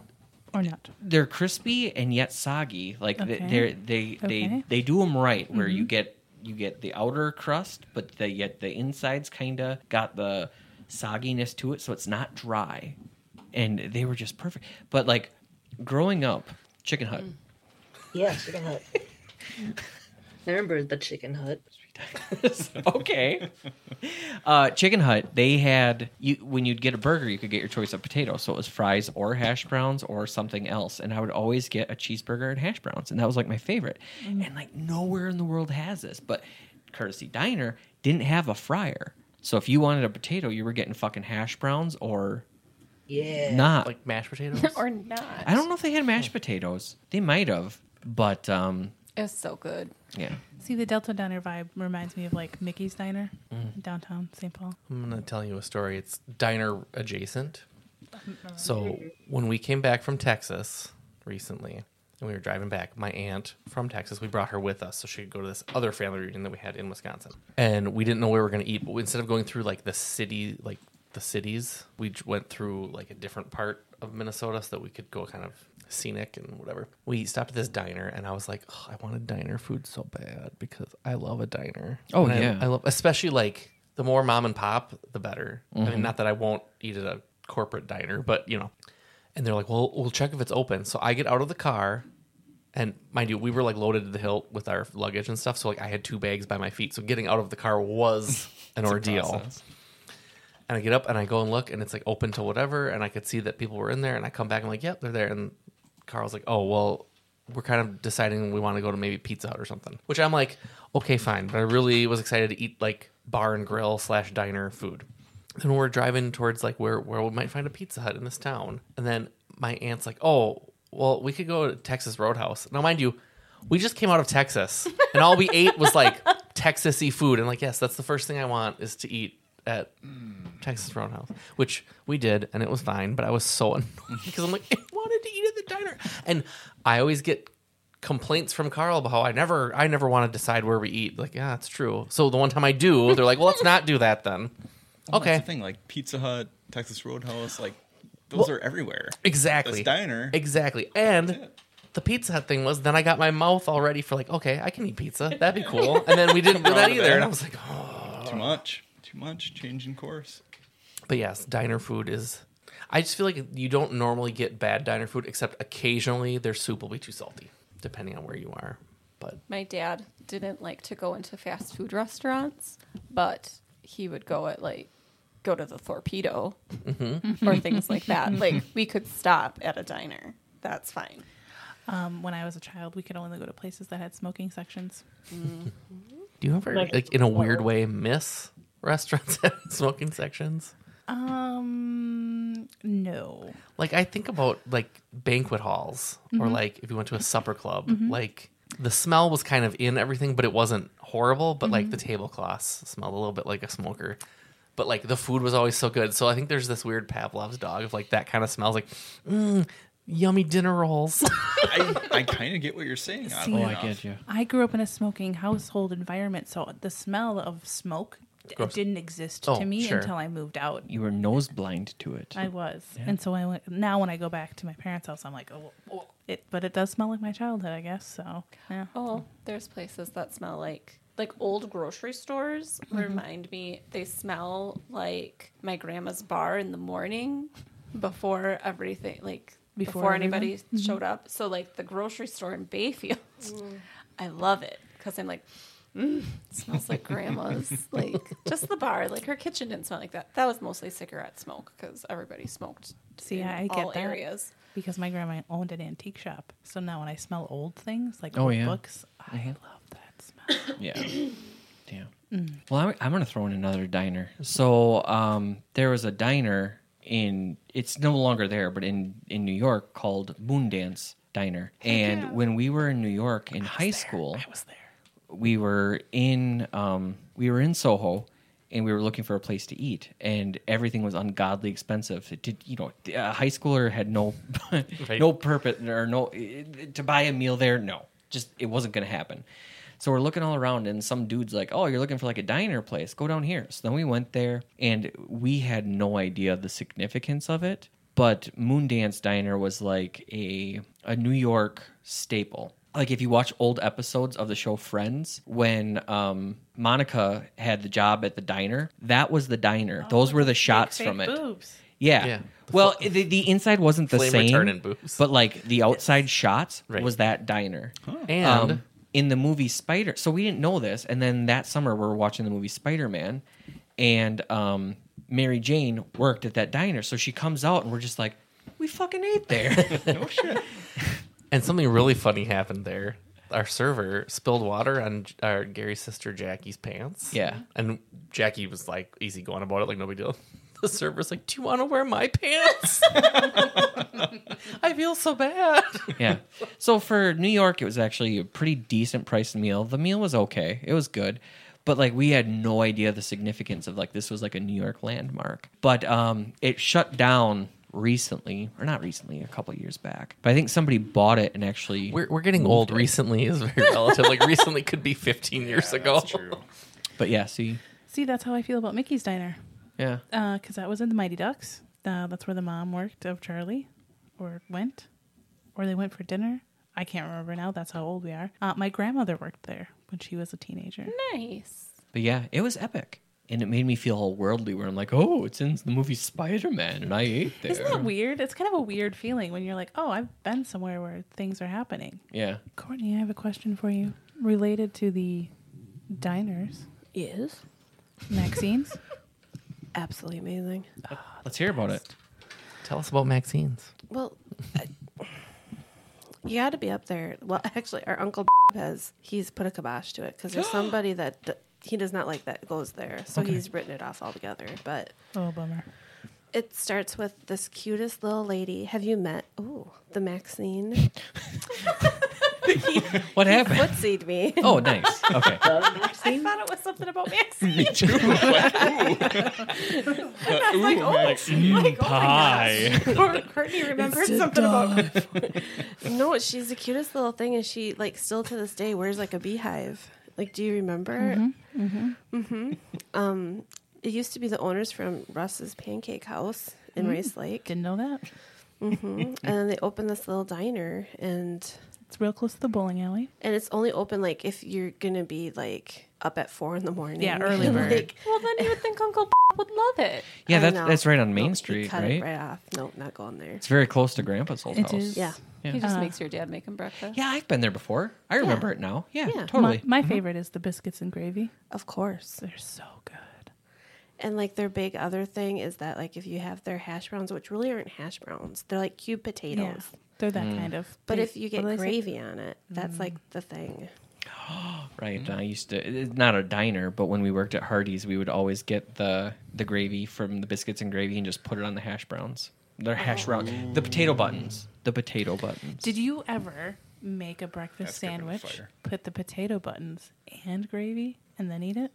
Speaker 4: or not?
Speaker 1: they're crispy and yet soggy. Like th-
Speaker 4: Okay.
Speaker 1: they're, they they
Speaker 4: Okay. Mm-hmm.
Speaker 1: they do them right, where you get you get the outer crust, but the, yet the insides kind of got the sogginess to it, so it's not dry. And they were just perfect. But like growing up, Chicken Hut.
Speaker 5: Yeah, Chicken Hut. I remember the Chicken Hut.
Speaker 1: okay. Uh, Chicken Hut, they had you when you'd get a burger, you could get your choice of potato. So it was fries or hash browns or something else. And I would always get a cheeseburger and hash browns, and that was like my favorite. And like nowhere in the world has this, but Courtesy Diner didn't have a fryer. So if you wanted a potato, you were getting fucking hash browns or
Speaker 5: Yeah.
Speaker 1: not.
Speaker 2: like mashed potatoes.
Speaker 3: or not.
Speaker 1: I don't know if they had mashed potatoes. They might have, but um,
Speaker 3: It's so good.
Speaker 1: yeah.
Speaker 4: See, the Delta Diner vibe reminds me of like Mickey's Diner
Speaker 1: Mm.
Speaker 4: in downtown St. Paul.
Speaker 2: I'm gonna tell you a story. It's diner adjacent. So when we came back from Texas recently, and we were driving back, my aunt from Texas, we brought her with us so she could go to this other family reunion that we had in Wisconsin, and we didn't know where we were gonna eat. But instead of going through like the city, like the cities, we j- went through like a different part of Minnesota so that we could go kind of scenic and whatever. We stopped at this diner, and I was like, "Ugh, I wanted diner food so bad because I love a diner.
Speaker 1: Oh,
Speaker 2: And I-
Speaker 1: yeah.
Speaker 2: I love, especially like the more mom and pop, the better. I mean, not that I won't eat at a corporate diner, but you know. And they're like, well, we'll check if it's open. So I get out of the car, and mind you, we were like loaded to the hilt with our luggage and stuff. So like I had two bags by my feet. So getting out of the car was an ordeal. And I get up and I go and look, and it's like open to whatever. And I could see that people were in there. And I come back, I'm like, yep, they're there. And Carl's like, oh, well, we're kind of deciding we want to go to maybe Pizza Hut or something, which I'm like, okay, fine. But I really was excited to eat like bar and grill slash diner food. Then we're driving towards like where, where we might find a Pizza Hut in this town. And then my aunt's like, oh, well, we could go to Texas Roadhouse. Now, mind you, we just came out of Texas and all we ate was like Texasy food. And like, yes, that's the first thing I want is to eat at Texas Roadhouse, which we did, and it was fine. But I was so annoyed because I'm like, I wanted to eat at the diner, and I always get complaints from Carl about how I never, I never want to decide where we eat. Like, yeah, that's true. So the one time I do, they're like, well, let's not do that then.
Speaker 6: Well, that's
Speaker 2: Okay,
Speaker 6: the thing, like Pizza Hut, Texas Roadhouse, like those are everywhere.
Speaker 2: exactly.
Speaker 6: This diner.
Speaker 2: exactly, and. The Pizza Hut thing was then I got my mouth all ready for like okay I can eat pizza that'd be cool and then we didn't do
Speaker 6: Come
Speaker 2: that
Speaker 6: on,
Speaker 2: either
Speaker 6: man.
Speaker 2: and I was like oh
Speaker 4: Uh.
Speaker 6: Too much. Too much. Changing course.
Speaker 2: But yes, diner food is. I just feel like you don't normally get bad diner food, except occasionally their soup will be too salty, depending on where you are. But
Speaker 3: My dad didn't like to go into fast food restaurants, but he would go at like go to the torpedo or things like that. Like we could stop at a diner. That's fine.
Speaker 4: Um, when I was a child, we could only go to places that had smoking sections.
Speaker 2: do you ever,
Speaker 5: Like-
Speaker 2: like, in a weird way, miss restaurants and smoking sections?
Speaker 4: Um, no.
Speaker 2: Like, I think about like banquet halls, or like if you went to a supper club, like the smell was kind of in everything, but it wasn't horrible. But like the tablecloths smelled a little bit like a smoker. But like the food was always so good. So I think there's this weird Pavlov's dog of like that kind of smells like mm, yummy dinner rolls.
Speaker 6: I, I kind of get what you're saying. oddly
Speaker 1: Oh, I
Speaker 6: enough.
Speaker 1: get you.
Speaker 4: I grew up in a smoking household environment, so the smell of smoke d-
Speaker 2: Gross.
Speaker 4: didn't exist
Speaker 2: Oh,
Speaker 4: to me
Speaker 2: sure.
Speaker 4: until I moved out.
Speaker 1: You were nose blind to it.
Speaker 4: I was, and so I went. Now when I go back to my parents' house, I'm like, oh, oh, it. But it does smell like my childhood, I guess. So yeah.
Speaker 3: Oh, there's places that smell like like old grocery stores
Speaker 4: Mm-hmm.
Speaker 3: remind me they smell like my grandma's bar in the morning before everything like
Speaker 4: Before Mm-hmm.
Speaker 3: before,
Speaker 4: everyone?
Speaker 3: anybody showed up. So like the grocery store in Bayfield,
Speaker 4: Mm.
Speaker 3: I love it because I'm like. Mm, it smells like grandma's, like just the bar, like her kitchen didn't smell like that. That was mostly cigarette smoke because everybody smoked.
Speaker 4: See,
Speaker 3: in
Speaker 4: I get
Speaker 3: all
Speaker 4: that.
Speaker 3: areas.
Speaker 4: because my grandma owned an antique shop. So now when I smell old things like
Speaker 1: Oh,
Speaker 4: old
Speaker 1: yeah. Mm-hmm.
Speaker 4: books, I love that smell.
Speaker 1: Yeah. Yeah. Well, I'm, I'm going to throw in another diner. So um, there was a diner in, it's no longer there, but in, in New York called Moondance Diner. And when we were in New York in high school,
Speaker 4: I was there.
Speaker 1: we were in um, we were in Soho, and we were looking for a place to eat, and everything was ungodly expensive. It did you know a high schooler had no no purpose or no to buy a meal there? No, just it wasn't going to happen. So we're looking all around, and some dude's like, "Oh, you're looking for like a diner place? Go down here." So then we went there, and we had no idea the significance of it. But Moondance Diner was like a a New York staple like if you watch old episodes of the show Friends, when um, Monica had the job at the diner, that was the diner. Those were the shots
Speaker 4: Oh, Fake
Speaker 1: from it.
Speaker 4: boobs.
Speaker 1: Yeah.
Speaker 2: Yeah.
Speaker 1: well, the, the inside wasn't the
Speaker 2: Flame
Speaker 1: same,
Speaker 2: retardant boobs.
Speaker 1: but like the outside shots
Speaker 2: Right.
Speaker 1: was that diner.
Speaker 2: and
Speaker 1: Um, in the movie Spider, so we didn't know this, and then that summer we were watching the movie Spider Man, and um, Mary Jane worked at that diner, so she comes out and we're just like, we fucking ate there.
Speaker 6: No shit.
Speaker 2: and something really funny happened there. Our server spilled water on J- our Gary's sister Jackie's pants.
Speaker 1: Yeah.
Speaker 2: and Jackie was like easy going about it, like no big deal. The server's like, "Do you want to wear my pants?" I feel so bad.
Speaker 1: yeah. So for New York, it was actually a pretty decent priced meal. The meal was okay. It was good. But like we had no idea the significance of like this was like a New York landmark. But um it shut down recently, or not recently, a couple years back. But I think somebody bought it and actually
Speaker 2: We're, we're getting old. Recently is very relative. Like recently could be 15 years ago.
Speaker 6: That's true.
Speaker 1: but yeah, see.
Speaker 4: See, that's how I feel about Mickey's Diner.
Speaker 1: Yeah.
Speaker 4: because Uh, that was in the Mighty Ducks. Uh, that's where the mom worked of Charlie, or went, or they went for dinner. I can't remember now. That's how old we are. Uh, my grandmother worked there when she was a teenager.
Speaker 3: Nice.
Speaker 1: But yeah, it was epic. And it made me feel all worldly where I'm like, oh, it's in the movie Spider Man and I ate there.
Speaker 4: Isn't that weird? It's kind of a weird feeling when you're like, oh, I've been somewhere where things are happening.
Speaker 1: Yeah.
Speaker 4: Courtney, I have a question for you related to the diners,
Speaker 7: Yes.
Speaker 4: Maxine's.
Speaker 7: Absolutely amazing.
Speaker 1: Let's hear about it.
Speaker 2: Tell us about Maxine's.
Speaker 7: Well, I- you got to be up there. Well, actually, our uncle has he's put a kibosh to it because there's somebody that d- he does not like that goes there, so he's written it off altogether. But
Speaker 4: oh, bummer.
Speaker 7: it starts with this cutest little lady. Have you met? Oh, the Maxine.
Speaker 1: What happened?
Speaker 7: Footsied me.
Speaker 1: Oh, nice. Okay.
Speaker 3: I thought it was something about Maxine.
Speaker 6: Me too. Like, ooh. But ooh, mm, Maxine.
Speaker 1: Pie.
Speaker 3: Courtney remembered something about
Speaker 7: No, she's the cutest little thing, and she like still to this day wears like a beehive. Like, do you remember? Mm-hmm. Um, it used to be the owners from Russ's Pancake House in Rice Lake,
Speaker 4: Mm. Didn't know that.
Speaker 7: and then they opened this little diner, and
Speaker 4: It's real close to the bowling alley.
Speaker 7: and it's only open like if you're gonna be like up at four in the morning.
Speaker 4: Yeah, early bird.
Speaker 7: Like,
Speaker 3: Well, then you would think Uncle would love it.
Speaker 1: Yeah,
Speaker 7: I
Speaker 1: that's
Speaker 7: know.
Speaker 1: that's right on
Speaker 7: No,
Speaker 1: Main
Speaker 7: he
Speaker 1: Street,
Speaker 7: cut
Speaker 1: right?
Speaker 7: It right off. No, not going there.
Speaker 1: It's very close to Grandpa's old
Speaker 4: It
Speaker 1: house.
Speaker 4: is.
Speaker 7: Yeah.
Speaker 1: Yeah.
Speaker 3: He just
Speaker 4: Uh,
Speaker 3: makes your dad make him breakfast.
Speaker 1: Yeah, I've been there before. I remember it now. Yeah,
Speaker 7: Yeah.
Speaker 1: totally. Mm-hmm.
Speaker 4: My, my favorite is the biscuits and gravy.
Speaker 7: Of course.
Speaker 4: They're so good.
Speaker 7: And like their big other thing is that like if you have their hash browns, which really aren't hash browns, they're like cube potatoes.
Speaker 4: Yeah, they're
Speaker 1: Hmm.
Speaker 4: that kind of.
Speaker 7: But
Speaker 4: they-
Speaker 7: if you get
Speaker 4: what do they say? Mm.
Speaker 7: gravy on it, that's like the thing.
Speaker 1: Right. I used to it's not a diner, but when we worked at Hardee's, we would always get the the gravy from the biscuits and gravy and just put it on the hash browns. The hash brown, the potato buttons, the potato buttons.
Speaker 4: Did you ever make a breakfast
Speaker 6: That's good with
Speaker 4: sandwich,
Speaker 6: fire.
Speaker 4: put the potato buttons and gravy, and then eat it.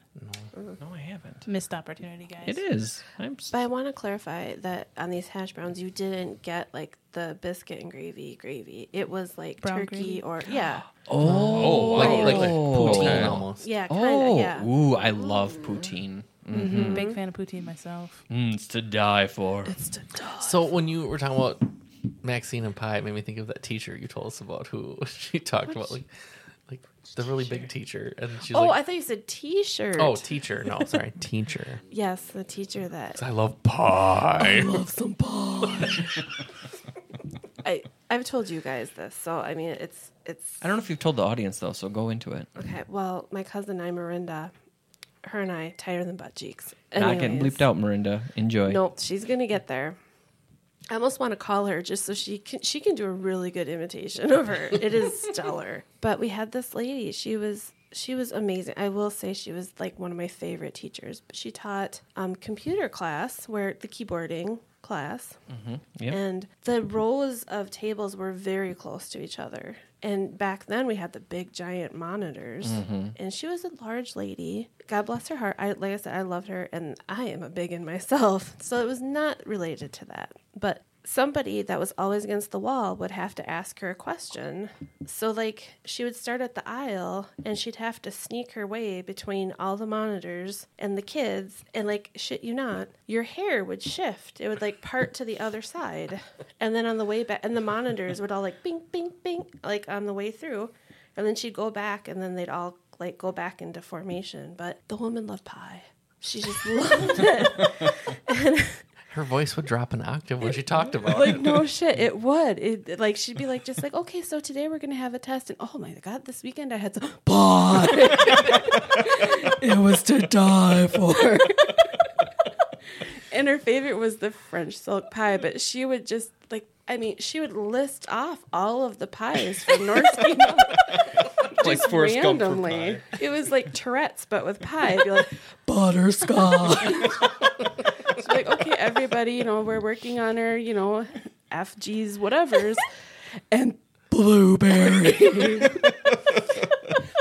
Speaker 1: No, I haven't.
Speaker 4: Missed opportunity, guys.
Speaker 1: It is. I'm.
Speaker 7: But I want to clarify that on these hash browns, you didn't get like the biscuit and gravy gravy. It was like
Speaker 4: Brown gravy?
Speaker 7: turkey or yeah,
Speaker 1: Oh,
Speaker 6: like-
Speaker 2: Like
Speaker 6: Oh.
Speaker 2: poutine
Speaker 6: Okay.
Speaker 2: almost.
Speaker 7: yeah, kind of
Speaker 1: Oh,
Speaker 7: yeah.
Speaker 1: ooh, I love poutine. Mm.
Speaker 4: Mm-hmm. Big fan of poutine myself.
Speaker 1: Mm, it's to die for.
Speaker 2: So when you were talking about Maxine and pie, it made me think of that teacher you told us about who she talked about like like the really big teacher and she's
Speaker 7: Oh, I
Speaker 2: like
Speaker 7: thought you said T-shirt.
Speaker 2: Oh teacher. No, sorry, teacher.
Speaker 7: yes, the teacher that
Speaker 2: I love pie.
Speaker 7: I I've told you guys this, so I mean it's it's
Speaker 1: I don't know if you've told the audience though, so go into it.
Speaker 7: okay. Well, my cousin I Miranda, her and I tighter than butt cheeks.
Speaker 1: Not getting
Speaker 7: Anyways.
Speaker 1: bleeped out, Miranda. Enjoy.
Speaker 7: Nope, she's gonna get there. I almost want to call her just so she can she can do a really good imitation of her. It is stellar. But we had this lady. She was she was amazing. I will say she was like one of my favorite teachers. But she taught um, computer class, where the keyboarding class,
Speaker 1: Yep.
Speaker 7: and the rows of tables were very close to each other. And back then we had the big giant monitors. And she was a large lady. God bless her heart. I like I said, I loved her and I am a big in myself. So it was not related to that. But somebody that was always against the wall would have to ask her a question. So like she would start at the aisle and she'd have to sneak her way between all the monitors and the kids and like shit you not, your hair would shift. It would like part to the other side. And then on the way back and the monitors would all like bing bing bing like on the way through. And then she'd go back and then they'd all like go back into formation. But the woman loved pie. She just loved it.
Speaker 2: Her voice would drop an octave when she talked about
Speaker 7: like
Speaker 2: it.
Speaker 7: no shit it would it it- like she'd be like just like okay so today we're gonna have a test and oh my god this weekend i had some pie it was to die for and her favorite was the french silk pie but she would just like i mean she would list off all of the pies from north Dakota
Speaker 6: Like
Speaker 7: just
Speaker 6: Forrest Gump for
Speaker 7: randomly
Speaker 6: pie.
Speaker 7: it was like tourette's but with pie It'd be like She's like, okay, everybody, you know, we're working on her, you know, FGs, whatever's, and blueberry.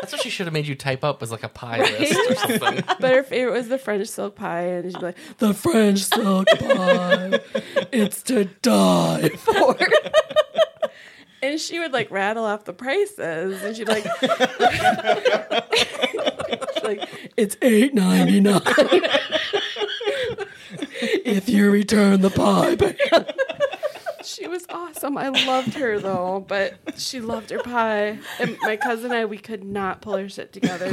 Speaker 2: That's what she should have made you type up was like a pie list or something.
Speaker 7: but her favorite was the French silk pie, and she'd be like,
Speaker 8: The French silk pie. It's to die.
Speaker 7: four. and she would like rattle off the prices, and she'd like, she'd like,
Speaker 8: It's eight ninety nine. if you return the pie back.
Speaker 2: Oh,
Speaker 7: She was awesome. I loved her though, but she loved her pie. And my cousin and I, we could not pull her shit together.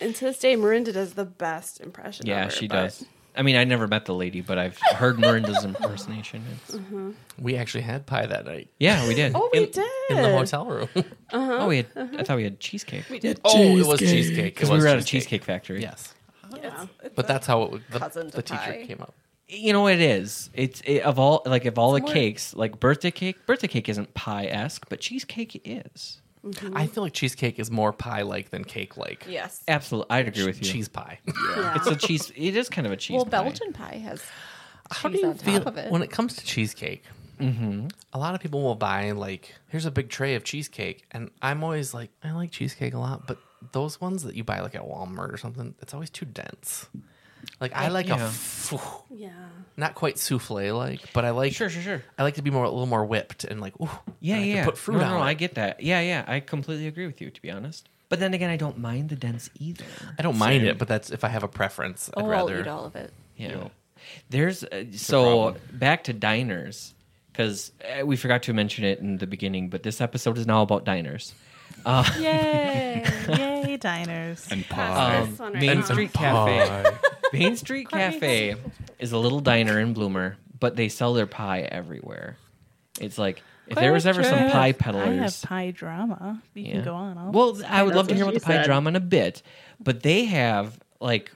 Speaker 7: and to this day, Marinda does the best impression. of
Speaker 1: yeah,
Speaker 7: her,
Speaker 1: she
Speaker 7: but-
Speaker 1: does. I mean, I never met the lady, but I've heard Miranda's impersonation. It's-
Speaker 2: We actually had pie that night
Speaker 1: yeah, we did.
Speaker 7: Oh, we
Speaker 1: In-
Speaker 7: did.
Speaker 2: in the hotel room.
Speaker 1: Oh, we had. I thought we had cheesecake because
Speaker 2: oh, it was cheesecake. It
Speaker 1: we
Speaker 2: was
Speaker 1: were at a cheesecake factory.
Speaker 2: Yes.
Speaker 7: Yeah.
Speaker 2: But that's how it, the,
Speaker 3: Cousin to
Speaker 2: the teacher
Speaker 3: pie.
Speaker 2: came up.
Speaker 1: you know it is. It's it, of all like of all the cakes, like birthday cake. Birthday cake isn't pie esque, but cheesecake is.
Speaker 3: Mm-hmm.
Speaker 2: I feel like cheesecake is more pie like than cake like.
Speaker 3: Yes.
Speaker 1: Absolutely, I'd agree with you.
Speaker 2: Cheese pie.
Speaker 3: Yeah.
Speaker 1: It's a cheese. It is kind of a cheese.
Speaker 3: well,
Speaker 1: pie.
Speaker 3: Belgian pie has
Speaker 2: How do
Speaker 3: cheese
Speaker 2: you
Speaker 3: on top
Speaker 2: feel
Speaker 3: of it.
Speaker 2: when it comes to cheesecake?
Speaker 1: Mm-hmm.
Speaker 2: A lot of people will buy like, here's a big tray of cheesecake, and I'm always like, I like cheesecake a lot, but those ones that you buy like at Walmart or something, it's always too dense. Like I like a
Speaker 1: yeah.
Speaker 2: f-
Speaker 7: Yeah.
Speaker 2: not quite souffle like, but I like
Speaker 1: Sure, sure, sure.
Speaker 2: I like to be more a little more whipped and like ooh
Speaker 1: Yeah,
Speaker 2: and I can
Speaker 1: yeah.
Speaker 2: put fruit
Speaker 1: no,
Speaker 2: on
Speaker 1: no,
Speaker 2: it.
Speaker 1: I get that. Yeah, yeah. I completely agree with you, to be honest. But then again, I don't mind the dense either.
Speaker 2: I don't mind it, but that's if I have a preference, I'd
Speaker 3: Oh,
Speaker 2: rather
Speaker 3: I'll eat all of it.
Speaker 1: Yeah. There's uh, so back to diners because uh, we forgot to mention it in the beginning, but this episode is now about diners.
Speaker 4: Yay! Yay, diners.
Speaker 6: And pie.
Speaker 1: Um, Main Street Cafe. Main Street Cafe is a little diner in Bloomer, but they sell their pie everywhere. It's like if there was ever some pie
Speaker 4: I have
Speaker 1: peddlers.
Speaker 4: pie drama. You can
Speaker 1: Yeah.
Speaker 4: go on. I'll
Speaker 1: Well, I would love to
Speaker 5: what
Speaker 1: hear about
Speaker 5: she
Speaker 1: the pie
Speaker 5: said.
Speaker 1: drama in a bit, but they have like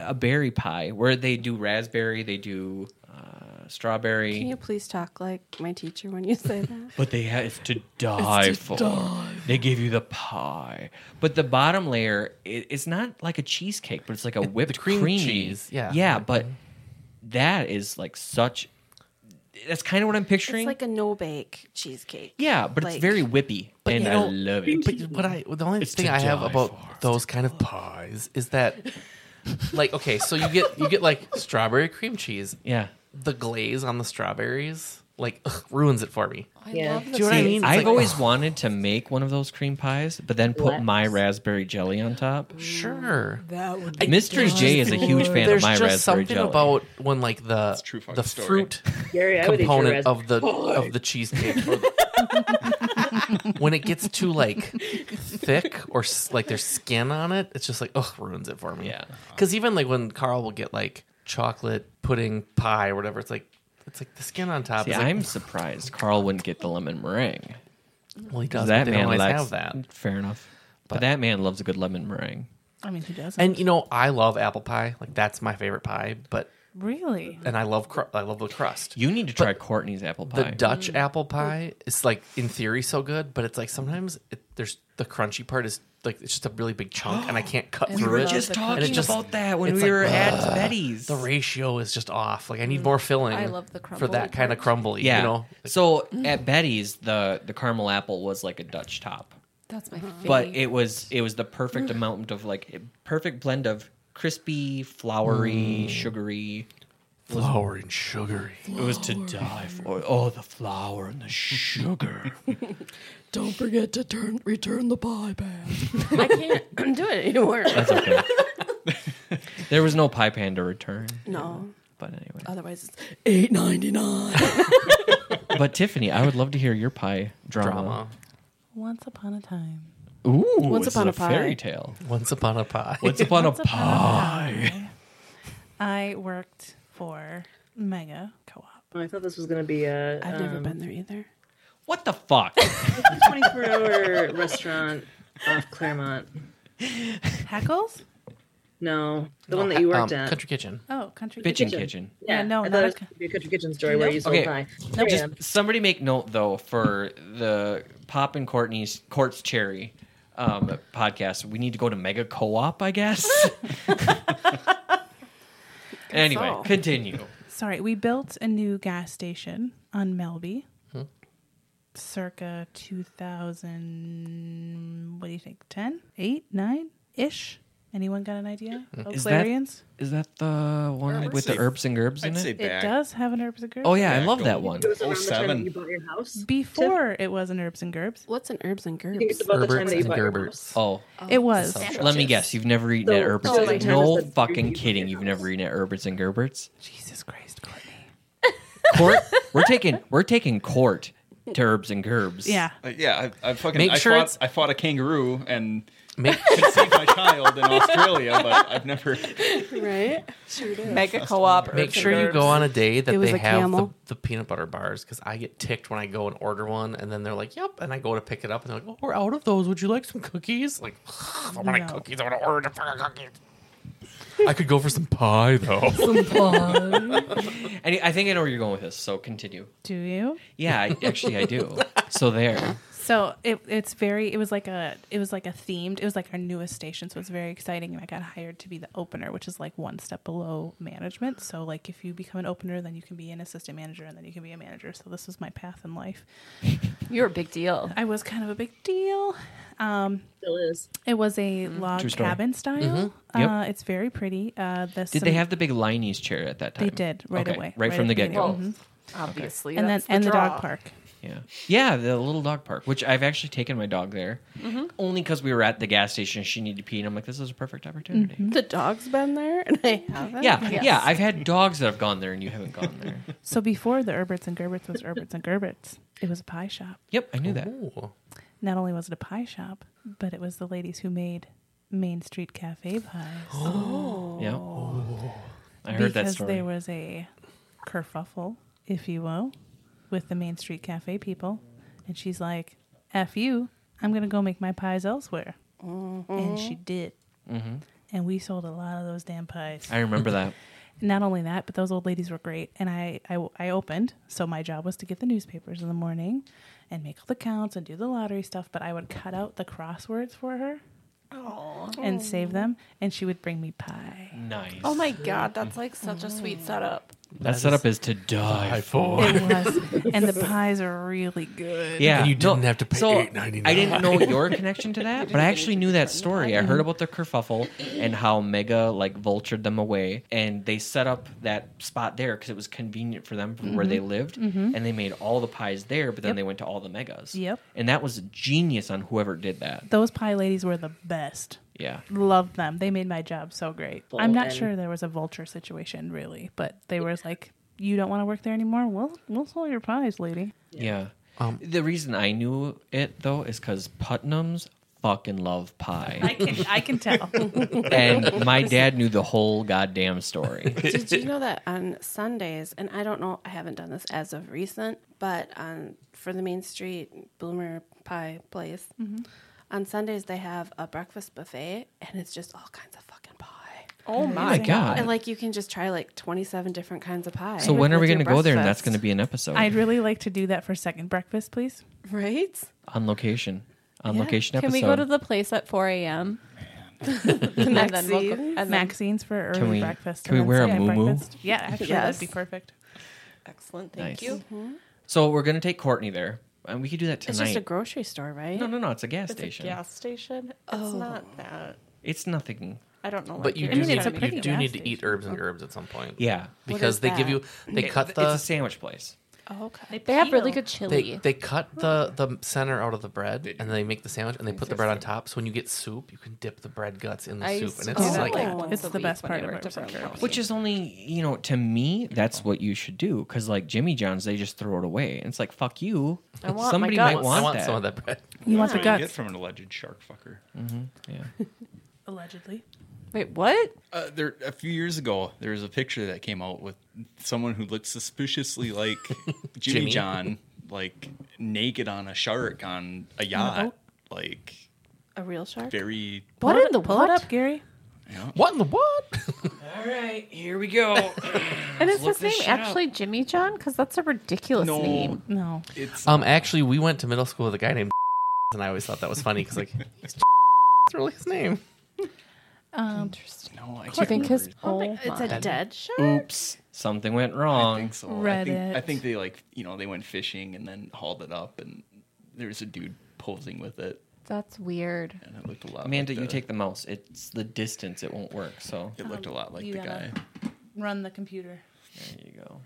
Speaker 1: a berry pie where they do raspberry, they do uh, strawberry.
Speaker 7: Can you please talk like my teacher when you say that?
Speaker 1: But they have it's to die for. They give you the pie, but the bottom layer it, it's not like a cheesecake, but it's like a whipped
Speaker 2: cream
Speaker 1: creamy.
Speaker 2: cheese, yeah.
Speaker 1: yeah. But that is like such. that's kind of what I'm
Speaker 7: It's
Speaker 1: picturing.
Speaker 7: like a no bake cheesecake.
Speaker 1: yeah, but
Speaker 7: like-
Speaker 1: it's very whippy,
Speaker 2: But
Speaker 1: and
Speaker 2: you
Speaker 1: I
Speaker 2: know-
Speaker 1: love it.
Speaker 2: But what I the only
Speaker 6: It's
Speaker 2: thing
Speaker 6: to
Speaker 2: I have
Speaker 6: die
Speaker 2: about
Speaker 6: for.
Speaker 2: those kind of pies is that like okay, so you get you get like strawberry cream cheese.
Speaker 1: yeah,
Speaker 2: The glaze on the strawberries like ugh, ruins it for me.
Speaker 3: I
Speaker 5: Yeah.
Speaker 3: love
Speaker 2: Do you know what I mean? It's
Speaker 1: I've
Speaker 2: like,
Speaker 1: always
Speaker 2: ugh,
Speaker 1: wanted to make one of those cream pies, but then put my raspberry jelly on top.
Speaker 2: sure.
Speaker 8: That would
Speaker 1: Mystery J is a huge fan of
Speaker 2: There's
Speaker 1: my raspberry
Speaker 2: just something
Speaker 1: jelly.
Speaker 2: about when like the
Speaker 6: true fucking
Speaker 2: the
Speaker 6: story.
Speaker 2: fruit
Speaker 5: Gary, I would eat your
Speaker 2: component
Speaker 5: raspberry.
Speaker 2: of the of the cheesecake. or the- when it gets too like thick or s- like there's skin on it, it's just like ugh, ruins it for me.
Speaker 1: Yeah.
Speaker 2: because even like when Carl will get like chocolate pudding pie or whatever, it's like it's like the skin on top.
Speaker 1: See,
Speaker 2: is like,
Speaker 1: I'm surprised Carl wouldn't get the lemon meringue.
Speaker 2: well, he
Speaker 1: 'Cause
Speaker 2: does.
Speaker 1: That
Speaker 2: they
Speaker 1: man
Speaker 2: always
Speaker 1: likes
Speaker 2: have that.
Speaker 1: Fair enough. But that man loves a good lemon meringue.
Speaker 4: I mean, who doesn't?
Speaker 2: And you know, I love apple pie. Like that's my favorite pie. But
Speaker 4: really,
Speaker 2: and I love cru- I love the crust.
Speaker 1: You need to try Courtney's apple
Speaker 2: the
Speaker 1: pie.
Speaker 2: Dutch apple pie is like in theory so good, but it's like sometimes it, there's the crunchy part is like it's just a really big chunk, and I can't cut
Speaker 4: We
Speaker 2: through
Speaker 4: were
Speaker 2: it.
Speaker 4: just
Speaker 2: And it
Speaker 4: talking
Speaker 2: just-
Speaker 1: that when
Speaker 2: it's like,
Speaker 1: at Betty's.
Speaker 2: The ratio is just off. Like I need more filling.
Speaker 3: I love the
Speaker 2: for that
Speaker 3: crumbly
Speaker 2: kind of
Speaker 3: part.
Speaker 2: crumbly.
Speaker 1: yeah.
Speaker 2: you know.
Speaker 1: so at Betty's, the the caramel apple was like a Dutch top,
Speaker 3: That's my
Speaker 2: Mm-hmm.
Speaker 3: favorite.
Speaker 1: but it was it was the perfect
Speaker 2: Mm.
Speaker 1: amount of like perfect blend of crispy,
Speaker 2: Mm.
Speaker 1: floury, sugary.
Speaker 2: flour and sugary.
Speaker 1: It was to die for. Oh, the flour and the sugar.
Speaker 8: Don't forget to turn return the pie back.
Speaker 7: I can't do it anymore.
Speaker 1: That's okay. there was no pie pan to return.
Speaker 7: No.
Speaker 1: But anyway.
Speaker 7: Otherwise, it's
Speaker 8: Eight ninety nine.
Speaker 1: But Tiffany, I would love to hear your pie drama.
Speaker 2: Drama.
Speaker 4: once upon a time,
Speaker 1: Ooh,
Speaker 7: Once
Speaker 1: this
Speaker 7: upon
Speaker 1: is
Speaker 7: a pie.
Speaker 1: fairy tale.
Speaker 2: Once upon a pie.
Speaker 1: Once upon a
Speaker 4: Once upon
Speaker 1: pie.
Speaker 4: a time, I worked for Mega Co-op.
Speaker 5: Oh, I thought this was going to be a
Speaker 7: I've never
Speaker 5: um,
Speaker 7: been there either.
Speaker 1: What the fuck?
Speaker 5: 24 hour restaurant off Claremont.
Speaker 4: Hackles?
Speaker 5: No, the one that you worked
Speaker 2: Um,
Speaker 5: at.
Speaker 2: Country Kitchen.
Speaker 4: Oh, country
Speaker 1: Bitchin'
Speaker 4: kitchen.
Speaker 1: kitchen.
Speaker 4: Yeah, no,
Speaker 5: I
Speaker 4: not
Speaker 5: thought it was
Speaker 4: a-
Speaker 5: gonna be a country kitchen story where you sold
Speaker 1: Okay,
Speaker 5: pie.
Speaker 1: Nope.
Speaker 5: Just,
Speaker 1: Just somebody make note though for the Pop and Courtney's Court's Cherry um, podcast. We need to go to Mega Co-op, I guess. anyway,
Speaker 7: so.
Speaker 1: continue.
Speaker 4: Sorry, we built a new gas station on Melby,
Speaker 1: Hmm.
Speaker 4: circa 2000. What do you think? 10, 8, 9 ish? Anyone got an idea? Eau
Speaker 1: Hmm. Is that-
Speaker 4: Clarions?
Speaker 1: Is that the one
Speaker 6: I'd
Speaker 1: with
Speaker 6: say-
Speaker 1: the herbs and gerbs in
Speaker 6: I'd
Speaker 1: it?
Speaker 6: say
Speaker 4: It
Speaker 6: back.
Speaker 4: does have an herbs and gerbs.
Speaker 1: oh yeah, I love
Speaker 6: Go.
Speaker 1: that one.
Speaker 5: it
Speaker 2: oh
Speaker 5: was around the time
Speaker 6: 07.
Speaker 5: that you bought your house.
Speaker 4: Before it was an herbs and gerbs.
Speaker 7: What's an herbs and
Speaker 5: I think it's
Speaker 7: gerbs?
Speaker 5: about the time
Speaker 2: Herberts
Speaker 5: that you
Speaker 2: and
Speaker 5: bought your house.
Speaker 2: Gerberts.
Speaker 1: Oh,
Speaker 4: It was.
Speaker 1: let me guess. You've never eaten
Speaker 5: So-
Speaker 1: at Herberts.
Speaker 5: so
Speaker 1: and
Speaker 5: like
Speaker 1: no
Speaker 5: Thomas said,
Speaker 1: fucking
Speaker 5: you
Speaker 1: kidding.
Speaker 5: eat
Speaker 1: You've
Speaker 5: at
Speaker 1: never eaten at Herberts and Gerberts.
Speaker 4: Jesus Christ, Courtney.
Speaker 1: Court, we're taking we're taking court to herbs and gerbs.
Speaker 4: Yeah.
Speaker 6: Like, yeah, I, I fucking
Speaker 2: Make
Speaker 6: I,
Speaker 2: sure
Speaker 6: fought,
Speaker 2: it's-
Speaker 6: I fought a kangaroo and
Speaker 2: Make,
Speaker 6: conceived my child in Australia, but I've never.
Speaker 7: Right?
Speaker 3: mega co-op.
Speaker 2: make sure you go on a day that
Speaker 7: It was
Speaker 2: they
Speaker 7: a
Speaker 2: have the,
Speaker 7: camel.
Speaker 2: the peanut butter bars because I get ticked when I go and order one, and then they're like, "Yep," and I go to pick it up, and they're like, "Oh, we're out of those. Would you like some cookies?" Like, I want
Speaker 4: No.
Speaker 2: cookies. I want to order a fucking cookies. I could go for some pie though.
Speaker 1: And I think I know where you're going with this, so continue.
Speaker 4: Do you?
Speaker 1: Yeah, I, actually I do. So there.
Speaker 4: So it, it's very it was like a it was like a themed it was like our newest station so it's very exciting and I got hired to be the opener which is like one step below management so like if you become an opener then you can be an assistant manager and then you can be a manager so this was my path in life
Speaker 3: You're a big deal.
Speaker 4: I was kind of a big deal
Speaker 5: Still is.
Speaker 4: it was a
Speaker 3: Mm-hmm.
Speaker 4: log
Speaker 1: True story.
Speaker 4: cabin style
Speaker 1: Yep.
Speaker 4: uh, it's very pretty uh, the
Speaker 1: Did they have the big Liney's chair at that time?
Speaker 4: they did right
Speaker 1: Okay,
Speaker 4: away
Speaker 1: Right,
Speaker 4: at
Speaker 1: from the get go.
Speaker 4: beginning. Mhm.
Speaker 3: Obviously,
Speaker 4: and then
Speaker 3: that's
Speaker 4: and the
Speaker 3: draw.
Speaker 4: dog park
Speaker 1: Yeah. Yeah, the little dog park, which I've actually taken my dog there.
Speaker 5: Mm-hmm.
Speaker 1: Only because we were at the gas station and she needed to pee, and I'm like, this is a perfect opportunity.
Speaker 4: Mm-hmm.
Speaker 7: The dog's been there and I haven't.
Speaker 1: Yeah, yeah. I've had dogs that have gone there and you haven't gone there.
Speaker 4: so before the Herberts and Gerberts was Herberts and Gerberts it was a pie shop
Speaker 1: yep, I knew
Speaker 5: Oh.
Speaker 1: that.
Speaker 2: Ooh.
Speaker 4: not only was it a pie shop, but it was the ladies who made Main Street Cafe pies
Speaker 1: Yeah. I heard that
Speaker 4: Oh. because
Speaker 1: story.
Speaker 4: there was a kerfuffle, if you will, with the Main Street Cafe people, and she's like, "F you, I'm gonna go make my pies elsewhere," and she did.
Speaker 1: Mm-hmm.
Speaker 4: And we sold a lot of those damn pies.
Speaker 1: I remember that.
Speaker 4: Not only that, but those old ladies were great. And I, I, I opened, so my job was to get the newspapers in the morning and make all the counts and do the lottery stuff. But I would cut out the crosswords for her and save them, and she would bring me pie.
Speaker 1: Nice.
Speaker 4: Oh
Speaker 3: Oh my god, that's like such a sweet setup.
Speaker 1: That setup is to die for.
Speaker 4: It was, and the pies are really good.
Speaker 1: Yeah,
Speaker 2: And you didn't have to pay
Speaker 1: so
Speaker 2: $8.99.
Speaker 1: I didn't know your connection to that, but I actually knew that story. I heard about the kerfuffle and how Mega like vultured them away, and they set up that spot there because it was convenient for them from where
Speaker 4: Mm-hmm.
Speaker 1: they lived, and they made all the pies there. But then they went to all the Megas.
Speaker 4: Yep.
Speaker 1: and that was genius on whoever did that.
Speaker 4: Those pie ladies were the best.
Speaker 1: Yeah,
Speaker 4: Loved them. They made my job so great.
Speaker 5: Full
Speaker 4: I'm not
Speaker 5: and-
Speaker 4: sure there was a vulture situation really, but they were like, "You don't want to work there anymore? We'll we'll sell your pies, lady."
Speaker 1: yeah.
Speaker 2: Um,
Speaker 1: the reason I knew it though is because Putnam's fucking love pie.
Speaker 4: I can I can tell.
Speaker 1: and my dad knew the whole goddamn story.
Speaker 7: Did you know that on Sundays, and I don't know, I haven't done this as of recent, but on for the Main Street Bloomer Pie place, on Sundays they have a breakfast buffet, and it's just all kinds of fucking pie.
Speaker 3: Oh
Speaker 1: Oh my god!
Speaker 7: And like you can just try like twenty-seven different kinds of pie.
Speaker 1: so when are we
Speaker 7: with
Speaker 1: going to
Speaker 7: your
Speaker 1: go there? And that's
Speaker 7: breakfast.
Speaker 1: going to be an episode
Speaker 4: I'd really like to do that for second breakfast, please.
Speaker 7: right?
Speaker 1: on location. On location
Speaker 3: Can
Speaker 1: episode.
Speaker 3: we go to the place at 4 a.m.? and then we'll go,
Speaker 7: Maxine?
Speaker 3: and then,
Speaker 4: Vaccines for early
Speaker 1: we-
Speaker 4: breakfast.
Speaker 1: can
Speaker 4: and
Speaker 1: we wear
Speaker 4: then
Speaker 1: a
Speaker 4: second
Speaker 1: muumuu?
Speaker 4: breakfast. Yeah, actually,
Speaker 7: Yes.
Speaker 4: that'd be perfect.
Speaker 3: excellent.
Speaker 1: Nice.
Speaker 3: Thank you.
Speaker 1: so we're going to take Courtney there, and we could do that tonight.
Speaker 7: It's just a grocery store, right?
Speaker 1: no, no, no. It's a gas station.
Speaker 3: gas station. It's not that.
Speaker 1: It's nothing.
Speaker 3: I don't know.
Speaker 2: Oh. But you
Speaker 4: I
Speaker 2: do
Speaker 4: mean,
Speaker 2: need
Speaker 4: it's a
Speaker 2: you
Speaker 4: pretty
Speaker 2: do
Speaker 4: gas
Speaker 2: need to eat
Speaker 4: station.
Speaker 2: herbs and herbs at some point.
Speaker 1: Yeah,
Speaker 2: because
Speaker 7: is
Speaker 2: they give
Speaker 7: that?
Speaker 2: you they
Speaker 1: It-
Speaker 2: cut
Speaker 1: it's a
Speaker 2: the
Speaker 1: sandwich place.
Speaker 7: okay.
Speaker 3: They have really
Speaker 4: Peel.
Speaker 3: good chili.
Speaker 2: they, they cut the the center out of the bread and they make the sandwich and they put the bread on top. So when you get soup, you can dip the bread guts in the soup,
Speaker 3: I
Speaker 2: and
Speaker 3: used to
Speaker 2: it's
Speaker 3: do that
Speaker 2: like
Speaker 3: like
Speaker 4: Oh.
Speaker 3: once
Speaker 4: It's
Speaker 3: a
Speaker 4: the
Speaker 3: week
Speaker 4: best
Speaker 3: when
Speaker 4: part
Speaker 3: I
Speaker 4: of
Speaker 3: worked
Speaker 4: it,
Speaker 3: at
Speaker 4: for
Speaker 3: Burger
Speaker 4: sure.
Speaker 3: House.
Speaker 1: Which is only, you know, to me, that's what you should do. Because like Jimmy John's, they just throw it away. And it's like fuck you.
Speaker 3: I want my
Speaker 1: Somebody
Speaker 3: guts.
Speaker 1: might
Speaker 2: I
Speaker 1: want,
Speaker 2: want
Speaker 1: that.
Speaker 2: some of that bread.
Speaker 4: You want the
Speaker 6: That's what you get
Speaker 4: guts?
Speaker 6: from an alleged shark fucker.
Speaker 1: Yeah.
Speaker 4: Allegedly,
Speaker 3: Wait, what?
Speaker 6: Uh, there a few years ago, there was a picture that came out with someone who looked suspiciously like Jimmy,
Speaker 2: Jimmy.
Speaker 6: John, like naked on a shark on
Speaker 3: Oh,
Speaker 6: a yacht, like
Speaker 7: A real shark.
Speaker 6: very.
Speaker 3: What in the
Speaker 4: pull
Speaker 3: what?
Speaker 4: it up, Gary.
Speaker 2: What in the what?
Speaker 1: All right, here we go.
Speaker 3: And is
Speaker 1: look
Speaker 3: his name
Speaker 1: this shit up.
Speaker 3: actually Jimmy John? Because that's a ridiculous
Speaker 6: No.
Speaker 3: name. Uh,
Speaker 4: No,
Speaker 6: It's
Speaker 2: um, actually, we went to middle school with a guy named, and I always thought that was funny because like, it's really his name.
Speaker 4: um,
Speaker 6: no. I
Speaker 3: Do you
Speaker 6: can't
Speaker 3: think his
Speaker 6: remember.
Speaker 7: Oh
Speaker 3: oh
Speaker 7: my, it's a dead shark.
Speaker 1: Oops, something went
Speaker 6: I
Speaker 1: wrong.
Speaker 6: think so. I think, I
Speaker 4: Reddit.
Speaker 6: think they like you know they went fishing and then hauled it up and there was a dude posing with it
Speaker 3: that's weird.
Speaker 6: and it looked a lot.
Speaker 1: Amanda,
Speaker 6: like
Speaker 1: you
Speaker 6: the-
Speaker 1: take the mouse. It's the distance; it won't work. So
Speaker 6: It looked a lot like
Speaker 4: You
Speaker 6: the guy.
Speaker 4: gotta- run the computer.
Speaker 1: there you go.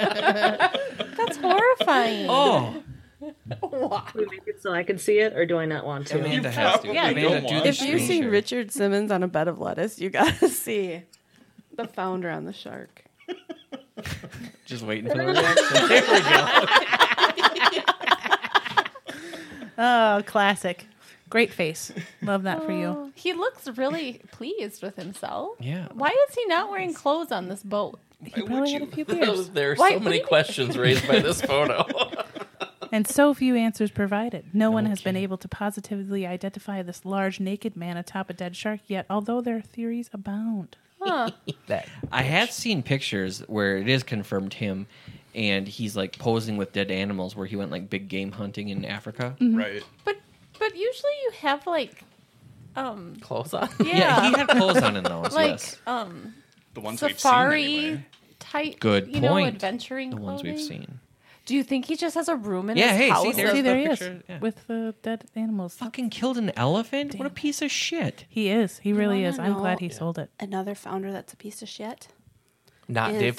Speaker 3: That's horrifying.
Speaker 1: Oh,
Speaker 5: We make it so I can see it, or do I not want to?
Speaker 1: Amanda has to.
Speaker 6: probably
Speaker 1: Amanda,
Speaker 6: don't
Speaker 1: do
Speaker 6: want
Speaker 1: the
Speaker 7: If you
Speaker 1: screen
Speaker 7: see
Speaker 1: share.
Speaker 7: Richard Simmons on a bed of lettuce, you gotta see the founder on the shark.
Speaker 1: just waiting for the reaction. There we go.
Speaker 4: Oh, classic. Great face. Love that for you.
Speaker 3: He looks really pleased with himself.
Speaker 1: Yeah.
Speaker 3: Why is he not wearing clothes on this boat?
Speaker 4: He probably had a few beers
Speaker 2: There are
Speaker 3: Why-
Speaker 2: so
Speaker 3: what do
Speaker 2: many
Speaker 3: you-
Speaker 2: questions raised by this photo.
Speaker 4: and so few answers provided. No one has been able to positively identify this large naked man atop a dead shark yet, although their theories abound.
Speaker 3: Huh.
Speaker 1: I have seen pictures where it is confirmed him, and he's like posing with dead animals, where he went like big game hunting in Africa.
Speaker 3: Mm-hmm.
Speaker 6: Right.
Speaker 3: but but usually you have like um
Speaker 2: Clothes on.
Speaker 3: yeah,
Speaker 1: Yeah. he had clothes on in those.
Speaker 3: like
Speaker 1: yes,
Speaker 3: um
Speaker 6: The ones
Speaker 3: safari
Speaker 6: we've seen. Anyway.
Speaker 3: type
Speaker 1: Good
Speaker 3: you know
Speaker 1: point.
Speaker 3: adventuring
Speaker 1: the ones we've
Speaker 3: clothing.
Speaker 1: seen.
Speaker 3: Do you think he just has a room in
Speaker 1: Yeah,
Speaker 3: his
Speaker 1: hey, see,
Speaker 3: house?
Speaker 1: there's
Speaker 4: See,
Speaker 1: the
Speaker 4: there he is
Speaker 1: picture, yeah.
Speaker 4: with the dead animals.
Speaker 1: Fucking killed an elephant. What a piece of shit.
Speaker 4: He is. He really
Speaker 7: wanna
Speaker 4: is. I'm glad he
Speaker 7: know-
Speaker 4: sold it.
Speaker 7: Another founder that's a piece of shit.
Speaker 2: Not
Speaker 7: Is-
Speaker 2: Dave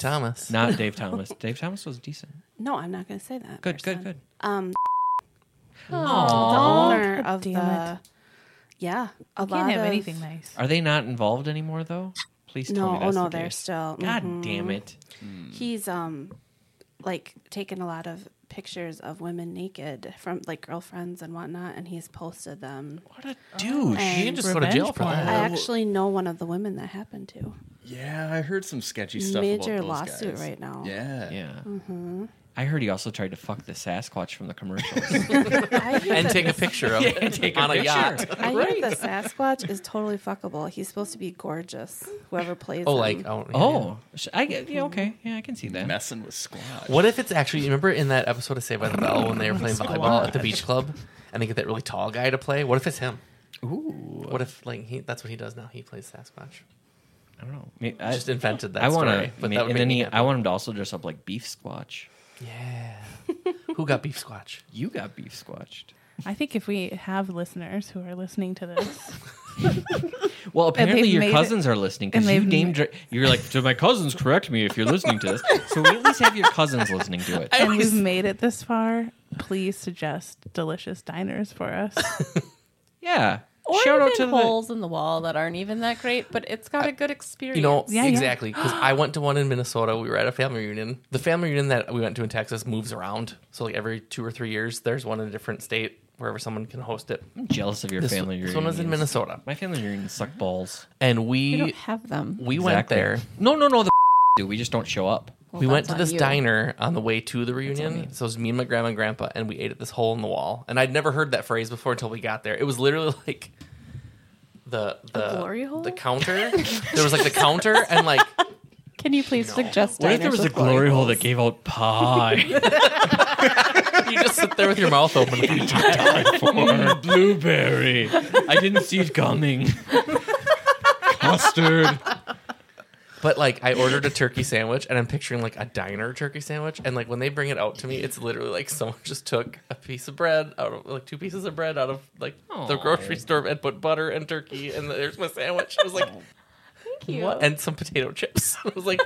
Speaker 2: Thomas.
Speaker 1: Not Dave Thomas. Dave Thomas was decent.
Speaker 7: No, I'm not gonna say that.
Speaker 1: Good,
Speaker 7: person.
Speaker 1: good, good.
Speaker 7: Um, the
Speaker 1: Aww.
Speaker 7: owner of
Speaker 4: Damn
Speaker 7: the yeah, a lot
Speaker 4: Can't have
Speaker 7: of
Speaker 4: anything nice.
Speaker 1: Are they not involved anymore though? Please tell
Speaker 7: No,
Speaker 1: me
Speaker 7: oh
Speaker 1: that's
Speaker 7: no,
Speaker 1: the
Speaker 7: they're
Speaker 1: case.
Speaker 7: still.
Speaker 1: God
Speaker 7: mhm.
Speaker 1: damn it.
Speaker 7: He's um, like taken a lot of pictures of women naked from like girlfriends and whatnot, and he's posted them.
Speaker 1: What a douche.
Speaker 3: Oh,
Speaker 2: You can
Speaker 7: And
Speaker 2: just go to jail
Speaker 4: Revenge
Speaker 2: for
Speaker 4: porn.
Speaker 7: I
Speaker 2: that.
Speaker 7: actually know one of the women that happened to.
Speaker 6: Yeah, I heard some sketchy stuff.
Speaker 7: Major
Speaker 6: about those
Speaker 7: lawsuit
Speaker 6: guys.
Speaker 7: right now.
Speaker 6: Yeah.
Speaker 1: Yeah.
Speaker 7: Mm-hmm.
Speaker 1: I heard he also tried to fuck the Sasquatch from the commercials.
Speaker 7: I hear
Speaker 2: And
Speaker 7: that
Speaker 2: take a
Speaker 7: the-
Speaker 2: picture of it on a yacht.
Speaker 7: I hear the Sasquatch is totally fuckable. He's supposed to be gorgeous. Whoever plays.
Speaker 2: Oh,
Speaker 7: him.
Speaker 2: like oh, yeah, yeah.
Speaker 1: oh, sh- I get, yeah, okay.
Speaker 7: Mm-hmm.
Speaker 1: Yeah, I can see that.
Speaker 6: Messing with squad.
Speaker 2: What if it's actually? You remember in that episode of Saved by the Bell when they were playing volleyball at the beach club, and they get that really tall guy to play? What if it's him?
Speaker 1: Ooh,
Speaker 2: What if like he? That's what he does now. He plays Sasquatch.
Speaker 1: I don't know. Maybe, I,
Speaker 2: just invented that
Speaker 1: I
Speaker 2: want
Speaker 1: want
Speaker 2: story.
Speaker 1: to,
Speaker 2: But that would
Speaker 1: and
Speaker 2: make
Speaker 1: then
Speaker 2: me
Speaker 1: he,
Speaker 2: happy.
Speaker 1: I want him to also dress up like beef squatch.
Speaker 2: Yeah. Who got beef squatch?
Speaker 1: You got beef squatched.
Speaker 4: I think if we have listeners who are listening to this,
Speaker 1: Well, apparently
Speaker 4: they've
Speaker 1: your
Speaker 4: made it-
Speaker 1: cousins are listening because
Speaker 4: and
Speaker 1: you
Speaker 4: they've
Speaker 1: name
Speaker 4: ma-
Speaker 1: dra- you're like to my cousins. Correct me if you're listening to this. So we at least have your cousins listening to it.
Speaker 4: and we've made it this far, please suggest delicious diners for us.
Speaker 1: Yeah.
Speaker 3: Or
Speaker 1: Shout
Speaker 3: even
Speaker 1: out to
Speaker 3: holes in the wall that aren't even that great, but it's got a good experience.
Speaker 2: You know,
Speaker 4: Yeah, yeah.
Speaker 2: exactly. Because I went to one in Minnesota. We were at a family reunion. The family reunion that we went to in Texas moves around. So, like, every two or three years, there's one in a different state wherever someone can host it.
Speaker 1: the I'm jealous of your
Speaker 2: This,
Speaker 1: family
Speaker 2: this one was in
Speaker 1: reunions.
Speaker 2: Minnesota.
Speaker 1: My family reunions suck balls.
Speaker 2: And
Speaker 3: you
Speaker 2: we
Speaker 3: don't have them.
Speaker 2: we went
Speaker 1: Exactly.
Speaker 2: there.
Speaker 1: No, no, no. The do we just don't show up?
Speaker 3: Well,
Speaker 2: we went
Speaker 3: that's
Speaker 2: to
Speaker 3: on
Speaker 2: this
Speaker 3: you.
Speaker 2: diner on the way to the reunion. So it was me and my grandma and grandpa, and we ate at this hole in the wall. And I'd never heard that phrase before until we got there. It was literally like the the
Speaker 7: glory hole?
Speaker 2: the counter. there was like the counter and like
Speaker 3: Can you please suggest
Speaker 1: What
Speaker 3: diners
Speaker 1: if there was a
Speaker 3: with
Speaker 1: glory hole
Speaker 3: holes?
Speaker 1: that gave out pie,
Speaker 2: you just sit there with your mouth open.
Speaker 1: blueberry? I didn't see it coming.
Speaker 6: Mustard.
Speaker 2: But like I ordered a turkey sandwich and I'm picturing like a diner turkey sandwich and like when they bring it out to me it's literally like someone just took a piece of bread out of like two pieces of bread out of like the
Speaker 1: Aw.
Speaker 2: grocery store and put butter and turkey and there's my sandwich. I was like
Speaker 3: Thank you.
Speaker 2: and some potato chips. I was like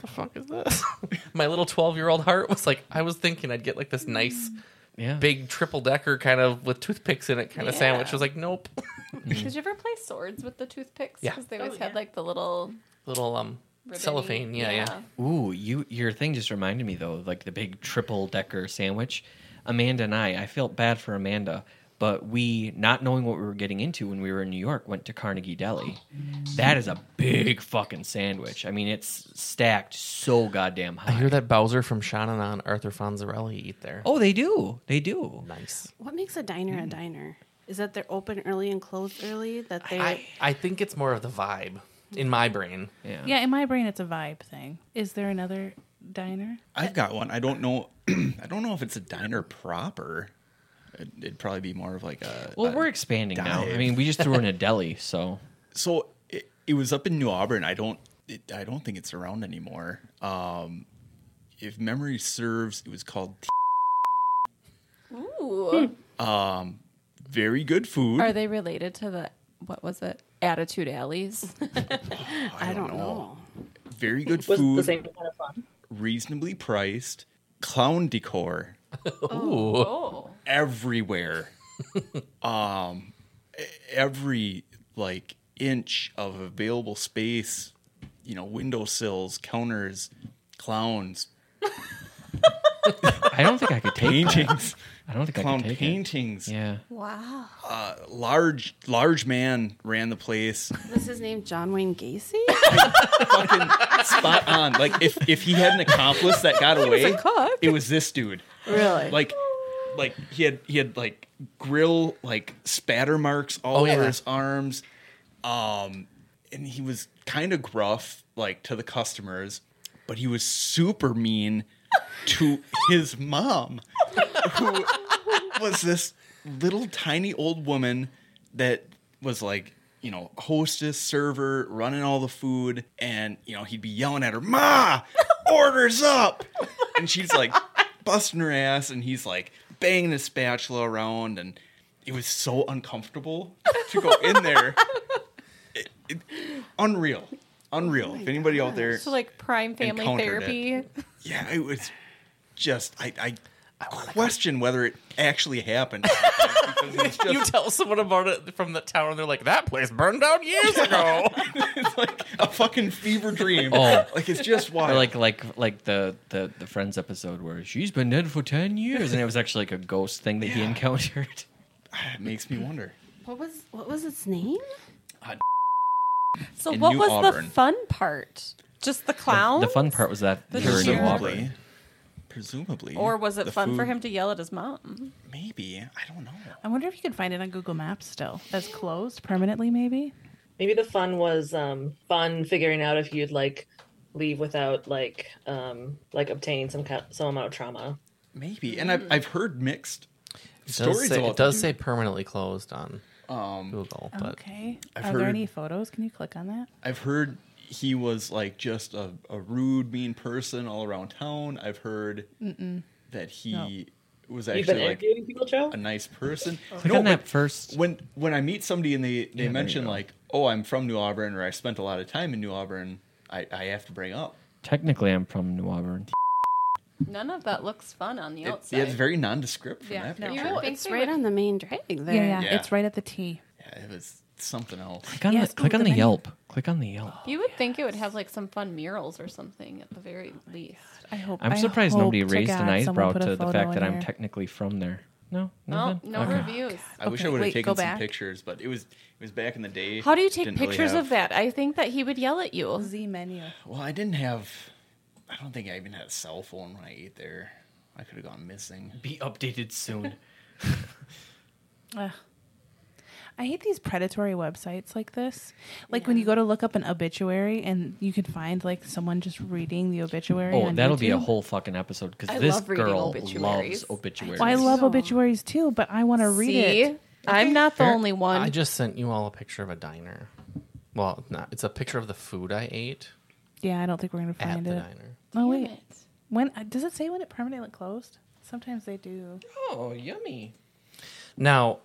Speaker 2: the fuck is this? My little 12-year-old heart was like I was thinking I'd get like this nice
Speaker 1: Yeah.
Speaker 2: big triple decker kind of with toothpicks in it kind of
Speaker 3: Mm. Yeah.
Speaker 2: sandwich. I was like nope.
Speaker 1: Mm-hmm.
Speaker 3: Did you ever play swords with the toothpicks?
Speaker 2: Yeah.
Speaker 3: Because they always had like the little
Speaker 2: Little um
Speaker 3: ribbony-
Speaker 2: cellophane. Yeah, yeah.
Speaker 1: Ooh, you your thing just reminded me though, like the big triple decker sandwich. Amanda and I, I felt bad for Amanda, but we, not knowing what we were getting into when we were in New York, went to Carnegie Deli. That is a big fucking sandwich. I mean, it's stacked so goddamn
Speaker 2: I hear
Speaker 1: high.
Speaker 2: that Bowser from Shannon and Arthur Fonzarelli eat there.
Speaker 1: Oh, they do. They do.
Speaker 2: nice.
Speaker 7: What makes a diner a diner? Is that they're open early and closed early? That they
Speaker 2: I, I think it's more of the vibe in my brain.
Speaker 1: Yeah.
Speaker 4: yeah, in my brain, it's a vibe thing. Is there another diner?
Speaker 6: I've got one. I don't know. I don't know if it's a diner proper. It- It'd probably be more of like a.
Speaker 1: Well,
Speaker 6: a-
Speaker 1: we're expanding now. I
Speaker 6: dive.
Speaker 1: mean, we just threw in a deli, so
Speaker 6: so it, it was up in New Auburn. I don't. It, I don't think it's around anymore. Um, if memory serves, it was called
Speaker 3: Ooh.
Speaker 6: um, very good food.
Speaker 3: Are they related to the what was it? Attitude alleys.
Speaker 7: I, don't know.
Speaker 6: Very good
Speaker 5: Was it
Speaker 6: food.
Speaker 5: the same kind of fun?
Speaker 6: Reasonably priced. Clown decor.
Speaker 2: Ooh.
Speaker 3: Oh.
Speaker 6: everywhere. um, e- every like inch of available space, you know, windowsills, counters, clowns,
Speaker 1: I don't think I could take. that.
Speaker 6: paintings,
Speaker 1: I don't think I
Speaker 6: clown
Speaker 1: could take
Speaker 6: paintings.
Speaker 1: it. Yeah.
Speaker 3: Wow.
Speaker 6: Large, large man ran the place.
Speaker 7: Was his name John Wayne Gacy?
Speaker 6: Fucking spot on. Like if if he had an accomplice that got away,
Speaker 3: cook.
Speaker 6: it was this dude.
Speaker 7: really?
Speaker 6: Like. Like he had he had like grill like spatter marks all
Speaker 2: Oh,
Speaker 6: over
Speaker 2: yeah.
Speaker 6: his arms. um, and he was kind of gruff, like to the customers, but he was super mean to his mom, who was this little tiny old woman that was like, you know, hostess, server, running all the food, and you know, he'd be yelling at her, "Ma, orders up!" and she's like busting her ass, and he's like banging his spatula around, and it was so uncomfortable to go in there unreal unreal if anybody out there
Speaker 3: So like prime family
Speaker 6: Encountered
Speaker 3: therapy.
Speaker 6: yeah it was just i i, question whether it actually happened Because it's just-
Speaker 2: You tell someone about it from the town and they're like, that place burned down years ago.
Speaker 6: it's like a fucking fever dream
Speaker 1: Oh.
Speaker 6: like it's just
Speaker 1: Or
Speaker 6: wild
Speaker 1: like like like the, the the Friends episode where she's been dead for ten years, and it was actually like a ghost thing that he encountered.
Speaker 6: it makes me wonder
Speaker 7: what was what was its name?
Speaker 3: So
Speaker 6: In
Speaker 3: what
Speaker 6: New
Speaker 3: was
Speaker 6: Auburn.
Speaker 3: the fun part? Just the clown?
Speaker 1: The fun part was that
Speaker 3: The
Speaker 1: they were in
Speaker 3: cheer.
Speaker 1: New Auburn.
Speaker 6: presumably presumably
Speaker 3: Or was it
Speaker 6: the
Speaker 3: fun for
Speaker 6: food-
Speaker 3: him to yell at his mom?
Speaker 6: maybe i don't know
Speaker 4: I wonder if you could find it on Google Maps still as closed permanently, maybe.
Speaker 5: Maybe the fun was um, fun figuring out if you'd like leave without like um, like obtaining some kind, some amount of trauma.
Speaker 3: Hmm.
Speaker 6: maybe and i've, I've heard mixed
Speaker 2: It does
Speaker 6: stories
Speaker 2: say,
Speaker 6: about Um,
Speaker 2: it does say permanently closed on Google, but
Speaker 4: Okay.
Speaker 6: I've
Speaker 4: Are
Speaker 6: heard-
Speaker 4: there any photos? Can you click on that?
Speaker 6: I've heard he was like just a, a rude, mean person all around town. I've heard that he was
Speaker 5: You've been
Speaker 6: actually like
Speaker 5: interviewing people, Joe?
Speaker 6: a nice person.
Speaker 1: Click on that first.
Speaker 6: When when I meet somebody and they, they
Speaker 1: you
Speaker 6: mention
Speaker 1: go.
Speaker 6: like, oh, I'm from New Auburn or I spent a lot of time in New Auburn, I, I have to bring up.
Speaker 1: Technically, I'm from New Auburn.
Speaker 3: None of that looks fun on the
Speaker 6: It,
Speaker 3: outside.
Speaker 6: yeah, it's very nondescript from
Speaker 4: Yeah,
Speaker 6: that
Speaker 4: no.
Speaker 6: picture.
Speaker 3: You would think
Speaker 7: It's
Speaker 3: they
Speaker 7: right
Speaker 3: would-
Speaker 7: on the main drag there.
Speaker 4: Yeah, yeah,
Speaker 6: Yeah.
Speaker 4: It's right at the T.
Speaker 6: Yeah, it was something else.
Speaker 1: Click on
Speaker 4: Yes,
Speaker 1: the, click
Speaker 4: ooh,
Speaker 1: on
Speaker 4: the
Speaker 1: the
Speaker 4: menu.
Speaker 1: Yelp. Click on the Yelp.
Speaker 3: You would think it would have like some fun murals or something at the very least.
Speaker 4: I hope.
Speaker 1: I'm
Speaker 4: I
Speaker 1: surprised
Speaker 4: hope
Speaker 1: nobody
Speaker 4: to
Speaker 1: raised an
Speaker 4: God someone
Speaker 1: eyebrow
Speaker 4: put a
Speaker 1: to the
Speaker 4: photo
Speaker 1: fact
Speaker 4: in
Speaker 1: that I'm
Speaker 4: here.
Speaker 1: technically from there. No,
Speaker 3: No,
Speaker 1: nothing?
Speaker 3: no
Speaker 1: Okay.
Speaker 3: reviews.
Speaker 6: I wish I
Speaker 4: Okay,
Speaker 6: would have
Speaker 4: wait,
Speaker 6: taken
Speaker 4: go
Speaker 6: some
Speaker 4: back.
Speaker 6: pictures, but it was it was back in the day.
Speaker 3: How do you take
Speaker 6: Didn't really
Speaker 3: pictures
Speaker 6: have-
Speaker 3: of that? I think that he would yell at you.
Speaker 4: Z menu.
Speaker 6: Well, I didn't have. I don't think I even had a cell phone when I ate there. I could have gone missing.
Speaker 1: Be updated soon.
Speaker 4: Ugh. I hate these predatory websites like this. Like when you go to look up an obituary and you can find like someone just reading the obituary.
Speaker 1: oh,
Speaker 4: on
Speaker 1: that'll be a
Speaker 4: YouTube.
Speaker 1: whole fucking episode
Speaker 3: I
Speaker 1: because this
Speaker 3: love reading
Speaker 1: girl
Speaker 3: obituaries.
Speaker 1: loves obituaries.
Speaker 4: Well, I love
Speaker 7: So-
Speaker 4: obituaries too, but I want to read
Speaker 3: See?
Speaker 4: it.
Speaker 3: I'm not the
Speaker 2: Fair.
Speaker 3: only one.
Speaker 2: I just sent you all a picture of a diner. Well, not. It's a picture of the food I ate
Speaker 4: Yeah, I don't think we're gonna
Speaker 2: at
Speaker 4: find
Speaker 2: the
Speaker 4: it.
Speaker 2: diner.
Speaker 4: Oh
Speaker 3: Damn
Speaker 4: wait,
Speaker 3: it.
Speaker 4: when uh, does it say when it permanently closed? Sometimes they do.
Speaker 1: oh, yummy.
Speaker 2: Now,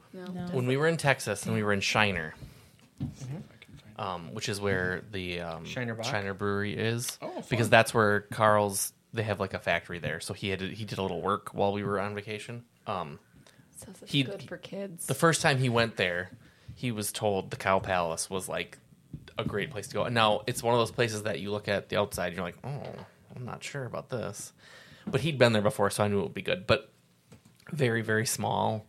Speaker 2: when we were in Texas and we were in Shiner, um, which is where the um,
Speaker 1: Shiner Bock?
Speaker 2: Brewery is,
Speaker 6: Oh,
Speaker 2: because
Speaker 6: fun.
Speaker 2: that's where Carl's they have like a factory there. So he had he did a little work while we were on vacation. Um,
Speaker 3: Says it's
Speaker 2: he-
Speaker 3: good for kids.
Speaker 2: the first time he went there, he was told the Cow Palace was like a great place to go. And now it's one of those places that you look at the outside and you're like, oh, I'm not sure about this. But he'd been there before, so I knew it would be good. But very, very small,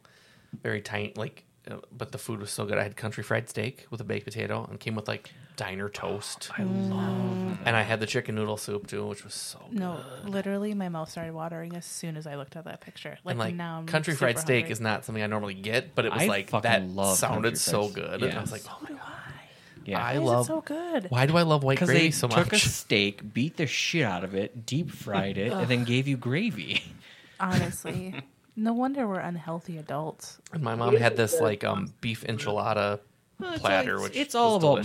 Speaker 2: very tiny. Like, uh, but the food was so good. I had country fried steak with a baked potato and came with like diner toast. I love. And I had the chicken noodle soup too, which was so good.
Speaker 4: No, literally, my mouth started watering as soon as I looked at that picture. Like,
Speaker 2: and like
Speaker 4: now, I'm
Speaker 2: country
Speaker 4: super
Speaker 2: fried steak
Speaker 4: hungry.
Speaker 2: is not something I normally get, but it was
Speaker 1: I
Speaker 2: like
Speaker 1: fucking
Speaker 2: that
Speaker 1: love country
Speaker 2: sounded
Speaker 1: fried
Speaker 2: so
Speaker 1: steak.
Speaker 2: good. And I
Speaker 1: Yeah.
Speaker 2: was like, oh my god,
Speaker 1: Yeah.
Speaker 2: I
Speaker 4: Why
Speaker 2: love
Speaker 4: is it so good.
Speaker 2: Why do I love white
Speaker 1: Because
Speaker 2: gravy
Speaker 1: they
Speaker 2: so much?
Speaker 1: took a steak, beat the shit out of it, deep fried it, and then gave you gravy.
Speaker 4: Honestly, no wonder we're unhealthy adults.
Speaker 2: And my mom had this like um beef enchilada platter,
Speaker 1: it's,
Speaker 2: which
Speaker 1: it's all
Speaker 2: was
Speaker 1: about
Speaker 2: delicious.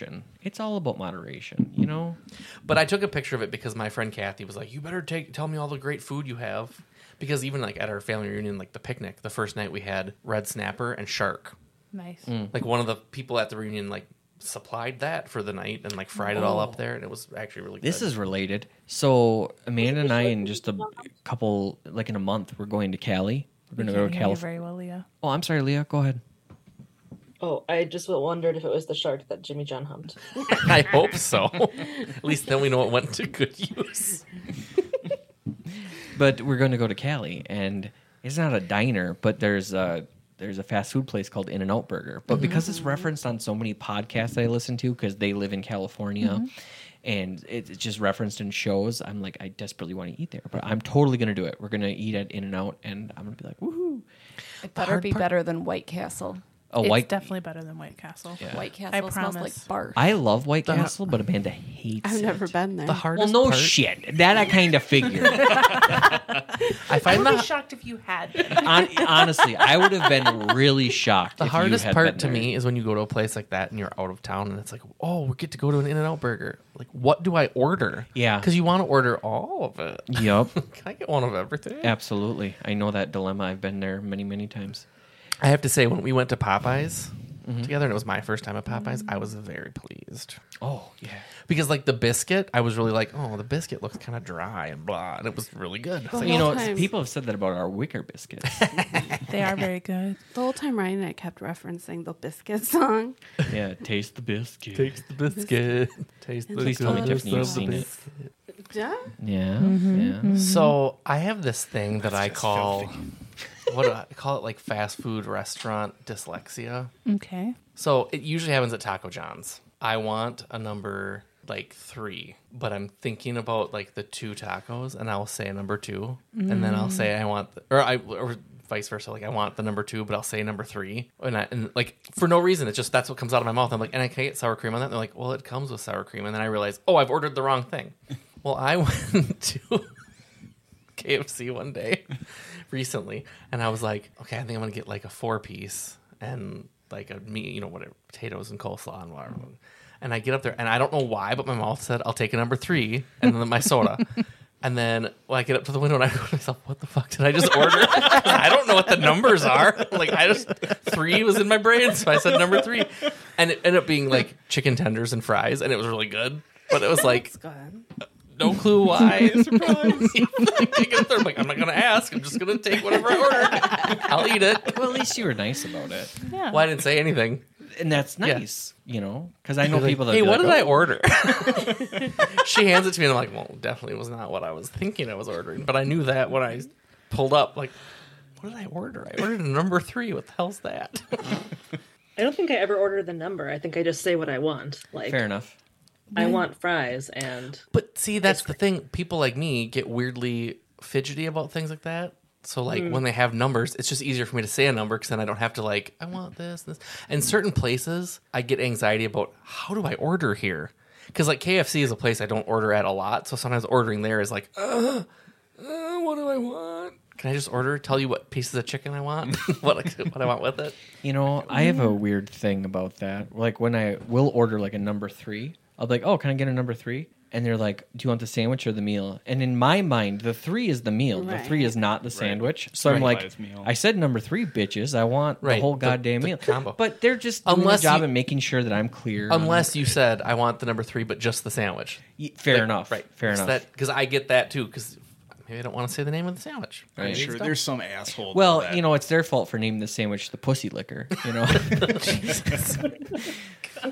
Speaker 1: moderation. It's all about moderation, you know.
Speaker 2: But I took a picture of it because my friend Kathy was like, "You better take tell me all the great food you have." Because even like at our family reunion, like the picnic, the first night we had red snapper and shark.
Speaker 4: Nice.
Speaker 2: Like one of the people at the reunion like supplied that for the night and like fried it all up there, and it was actually really.
Speaker 1: This
Speaker 2: good.
Speaker 1: is related. So Amanda and I, in just a couple, like in a month, we're going to Cali. We're going to go
Speaker 4: Can't
Speaker 1: to
Speaker 4: hear you
Speaker 1: California.
Speaker 4: very well, Leah.
Speaker 1: Oh, I'm sorry, Leah. Go ahead.
Speaker 5: Oh, I just wondered if it was the shark that Jimmy John humped.
Speaker 2: I hope so. at least then we know it went to good use.
Speaker 1: But we're going to go to Cali, and it's not a diner, but there's a there's a fast food place called In and Out Burger. But because it's referenced on so many podcasts that I listen to, because they live in California, and it, it's just referenced in shows, I'm like, I desperately want to eat there, but I'm totally going to do it. We're going to eat at In and Out, and I'm going to be like, woohoo!
Speaker 3: it better
Speaker 2: hard
Speaker 3: be
Speaker 2: part-
Speaker 3: better than White Castle.
Speaker 1: A
Speaker 4: it's
Speaker 1: white.
Speaker 4: definitely better than White Castle.
Speaker 3: White Castle smells like
Speaker 4: promise.
Speaker 3: barf.
Speaker 1: I love White Castle, but Amanda hates.
Speaker 7: I've
Speaker 1: it.
Speaker 7: never been there.
Speaker 2: The
Speaker 1: Well,
Speaker 2: hardest
Speaker 1: no
Speaker 2: part,
Speaker 1: shit. That I kind of figured.
Speaker 2: I
Speaker 4: I
Speaker 2: find
Speaker 4: would
Speaker 2: the
Speaker 4: be shocked if you had. been.
Speaker 1: Hon- honestly, I would have been really shocked.
Speaker 2: The
Speaker 1: if you
Speaker 2: hardest
Speaker 1: had been
Speaker 2: part to
Speaker 1: there.
Speaker 2: me is when you go to a place like that and you're out of town and it's like, oh, we get to go to an In and Out burger. Like, what do I order?
Speaker 1: Yeah.
Speaker 2: Because you want to order all of it.
Speaker 1: Yup,
Speaker 2: Can I get one of everything?
Speaker 1: absolutely. I know that dilemma. I've been there many, many times.
Speaker 2: I have to say, when we went to Popeyes
Speaker 1: Mm-hmm.
Speaker 2: together and it was my first time at Popeyes, I was very pleased.
Speaker 1: Oh yeah,
Speaker 2: Because, like, the biscuit, I was really like, oh, the biscuit looks kind of dry and blah. And it was really good. It's like,
Speaker 1: you know,
Speaker 7: Sometimes-
Speaker 1: people have said that about our wicker biscuits.
Speaker 4: They are very good.
Speaker 7: The whole time Ryan and I kept referencing the biscuit song.
Speaker 1: yeah, taste the biscuit.
Speaker 2: Taste the biscuit. Taste the
Speaker 1: Please tell me, Tiffany, you've seen it.
Speaker 7: Yeah.
Speaker 1: Yeah, yeah.
Speaker 2: So I have this thing that I
Speaker 6: just
Speaker 2: call what do I call it like fast food restaurant dyslexia.
Speaker 4: Okay.
Speaker 2: So it usually happens at Taco John's. I want a number like three, but I'm thinking about like the two tacos, and I'll say a number two, and then I'll say I want, the, or I or vice versa. Like I want the number two, but I'll say number three, and I, and like for no reason, it's just that's what comes out of my mouth. I'm like, and I can I get sour cream on that. And they're like, well, it comes with sour cream, and then I realize, oh, I've ordered the wrong thing. well, I went to. KFC one day recently, and I was like, okay, I think I'm gonna get like a four piece and like a meat, you know, whatever, potatoes and coleslaw and whatever. And I get up there, and I don't know why, but my mouth said, "I'll take a number three and then my soda." And then well, I get up to the window and I go to myself, "What the fuck did I just order? I don't know what the numbers are. Like I just three was in my brain, so I said number three, and it ended up being like chicken tenders and fries, and it was really good. But it was like
Speaker 7: Go ahead.
Speaker 2: no clue why. Surprise! I get up there, I'm like, I'm not gonna ask. I'm just gonna take whatever I ordered. I'll eat it.
Speaker 1: Well, at least you were nice about it,
Speaker 4: Yeah.
Speaker 2: Well, I didn't say anything.
Speaker 1: and that's nice, you know, because I know people that.
Speaker 2: hey,
Speaker 1: be
Speaker 2: what
Speaker 1: like, "Oh,
Speaker 2: did I order? she hands it to me, and I'm like, well, definitely was not what I was thinking I was ordering. But I knew that when I pulled up, like, what did I order? I ordered a number three. What the hell's that?
Speaker 5: I don't think I ever order the number. I think I just say what I want.
Speaker 1: "Oh,
Speaker 5: Like
Speaker 1: fair enough.
Speaker 5: I want fries and
Speaker 2: But see, that's the thing. People like me get weirdly fidgety about things like that. So like when they have numbers, it's just easier for me to say a number because then I don't have to like I want this this. And certain places, I get anxiety about how do I order here? Because like KFC is a place I don't order at a lot, so sometimes ordering there is like, uh, uh, what do I want? Can I just order? Tell you what pieces of chicken I want, what I- what I want with it.
Speaker 1: You know, I have
Speaker 2: mm.
Speaker 1: a weird thing about that. Like when I will order like a number three, I'll be like, "Oh, can I get a number three? And they're like, "Do you want the sandwich or the meal?" And in my mind, the three is the meal. The
Speaker 7: Right.
Speaker 1: three is not the sandwich. So I'm
Speaker 6: Right.
Speaker 1: like,
Speaker 6: Minimize meal.
Speaker 1: "I said number three, bitches. I want the
Speaker 2: Right.
Speaker 1: whole
Speaker 2: The-
Speaker 1: goddamn
Speaker 2: the
Speaker 1: meal."
Speaker 2: combo.
Speaker 1: But they're just doing
Speaker 2: Unless
Speaker 1: their job
Speaker 2: you-
Speaker 1: and making sure that I'm clear. on-
Speaker 2: Unless you said I want the number three, but just the sandwich.
Speaker 1: Y- fair enough,
Speaker 2: Right.
Speaker 1: Fair enough.
Speaker 2: Because I get that too. Because maybe I don't want to say the name of the sandwich.
Speaker 1: Right.
Speaker 6: I'm sure there's some asshole.
Speaker 1: Well, you know, it's their fault for naming the sandwich the pussy liquor. You know,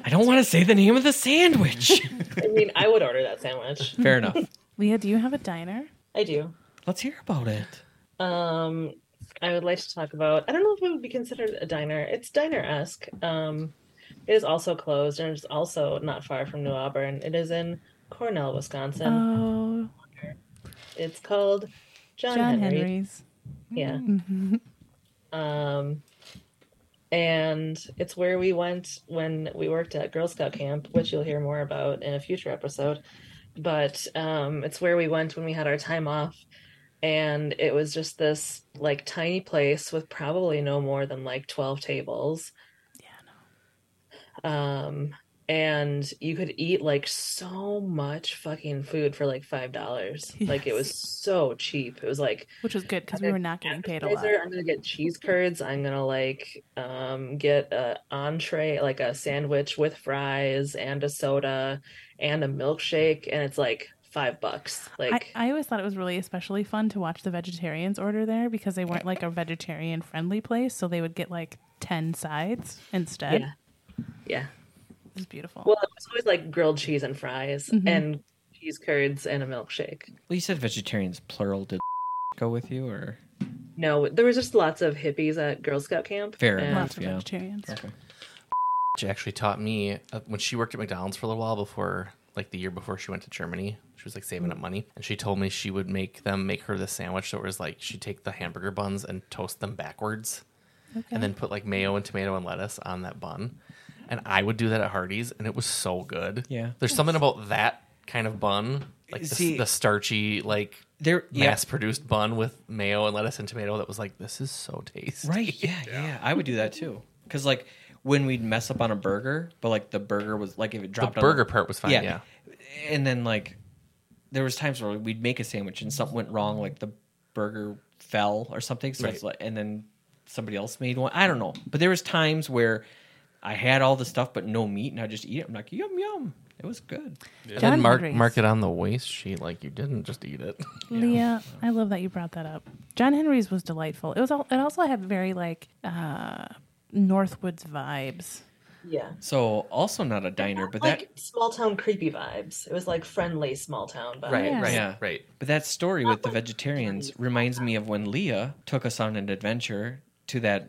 Speaker 1: I don't want to say the name of the sandwich.
Speaker 5: I mean I would order that sandwich.
Speaker 1: Fair enough.
Speaker 4: Leah, do you have a diner?
Speaker 5: I do.
Speaker 1: Let's hear about it.
Speaker 5: Um I would like to talk about I don't know if it would be considered a diner. It's diner esque. Um it is also closed and it's also not far from New Auburn. It is in Cornell, Wisconsin.
Speaker 1: Um,
Speaker 4: Oh,
Speaker 5: it's called John,
Speaker 4: John
Speaker 5: Henry.
Speaker 4: Henry's.
Speaker 5: Yeah. Um, and it's where we went when we worked at Girl Scout camp, which you'll hear more about in a future episode. But um, it's where we went when we had our time off. And it was just this like tiny place with probably no more than like 12 tables. Yeah, no. Um, and you could eat like so much fucking food for like $5. Like it was so cheap. It was like
Speaker 4: Which was good because we were not getting paid a lot.
Speaker 5: appetizer, I'm gonna get cheese curds. I'm gonna like um, get a entree, like a sandwich with fries and a soda and a milkshake, and it's like five bucks.
Speaker 4: I,
Speaker 5: Like
Speaker 4: I always thought it was really especially fun to watch the vegetarians order there because they weren't like a vegetarian friendly place, so they would get like ten sides instead.
Speaker 5: Yeah. yeah,
Speaker 4: It was beautiful.
Speaker 5: well, it was always like grilled cheese and fries
Speaker 4: Mm-hmm.
Speaker 5: and cheese curds and a milkshake.
Speaker 1: Well, you said vegetarians plural. Did go with you or
Speaker 5: No, there was just lots of hippies at Girl Scout camp.
Speaker 1: Fair
Speaker 5: and-
Speaker 1: enough.
Speaker 4: Lots of
Speaker 1: yeah.
Speaker 4: vegetarians.
Speaker 2: She actually taught me uh, when she worked at McDonald's for a little while before, like the year before she went to Germany. She was like saving up money, and she told me she would make them make her this sandwich. So it was like she'd take the hamburger buns and toast them backwards, and then put like mayo and tomato and lettuce on that bun. And I would do that at Hardee's, and it was so good.
Speaker 1: Yeah.
Speaker 2: there's something about that kind of bun, like the,
Speaker 1: See-
Speaker 2: the starchy, like
Speaker 1: There, yeah,
Speaker 2: mass produced bun with mayo and lettuce and tomato that was like, this is so tasty.
Speaker 1: right. Yeah, yeah, I would do that too. Because like when we'd mess up on a burger, but like the burger was like if it
Speaker 2: The
Speaker 1: dropped on
Speaker 2: burger part was fine.
Speaker 1: yeah.
Speaker 2: Yeah.
Speaker 1: and then like there was times where we'd make a sandwich and something went wrong, like the burger fell or something. So it's
Speaker 2: Right.
Speaker 1: like, and then somebody else made one. I don't know, but there was times where I had all the stuff but no meat, and I just eat it. I'm like, yum yum. It was good.
Speaker 2: And then
Speaker 4: John
Speaker 2: mark,
Speaker 4: Henry's.
Speaker 2: mark it on the waist sheet like you didn't just eat it.
Speaker 4: Leah, I love that you brought that up. John Henry's was delightful. It was all. It also had very like uh, Northwoods vibes.
Speaker 5: Yeah,
Speaker 1: So also not a diner, but that
Speaker 5: like small town creepy vibes. It was like friendly small town vibes.
Speaker 4: Yeah.
Speaker 2: right,
Speaker 1: Yeah.
Speaker 2: right.
Speaker 1: But that story with the vegetarians reminds me of when Leah took us on an adventure to that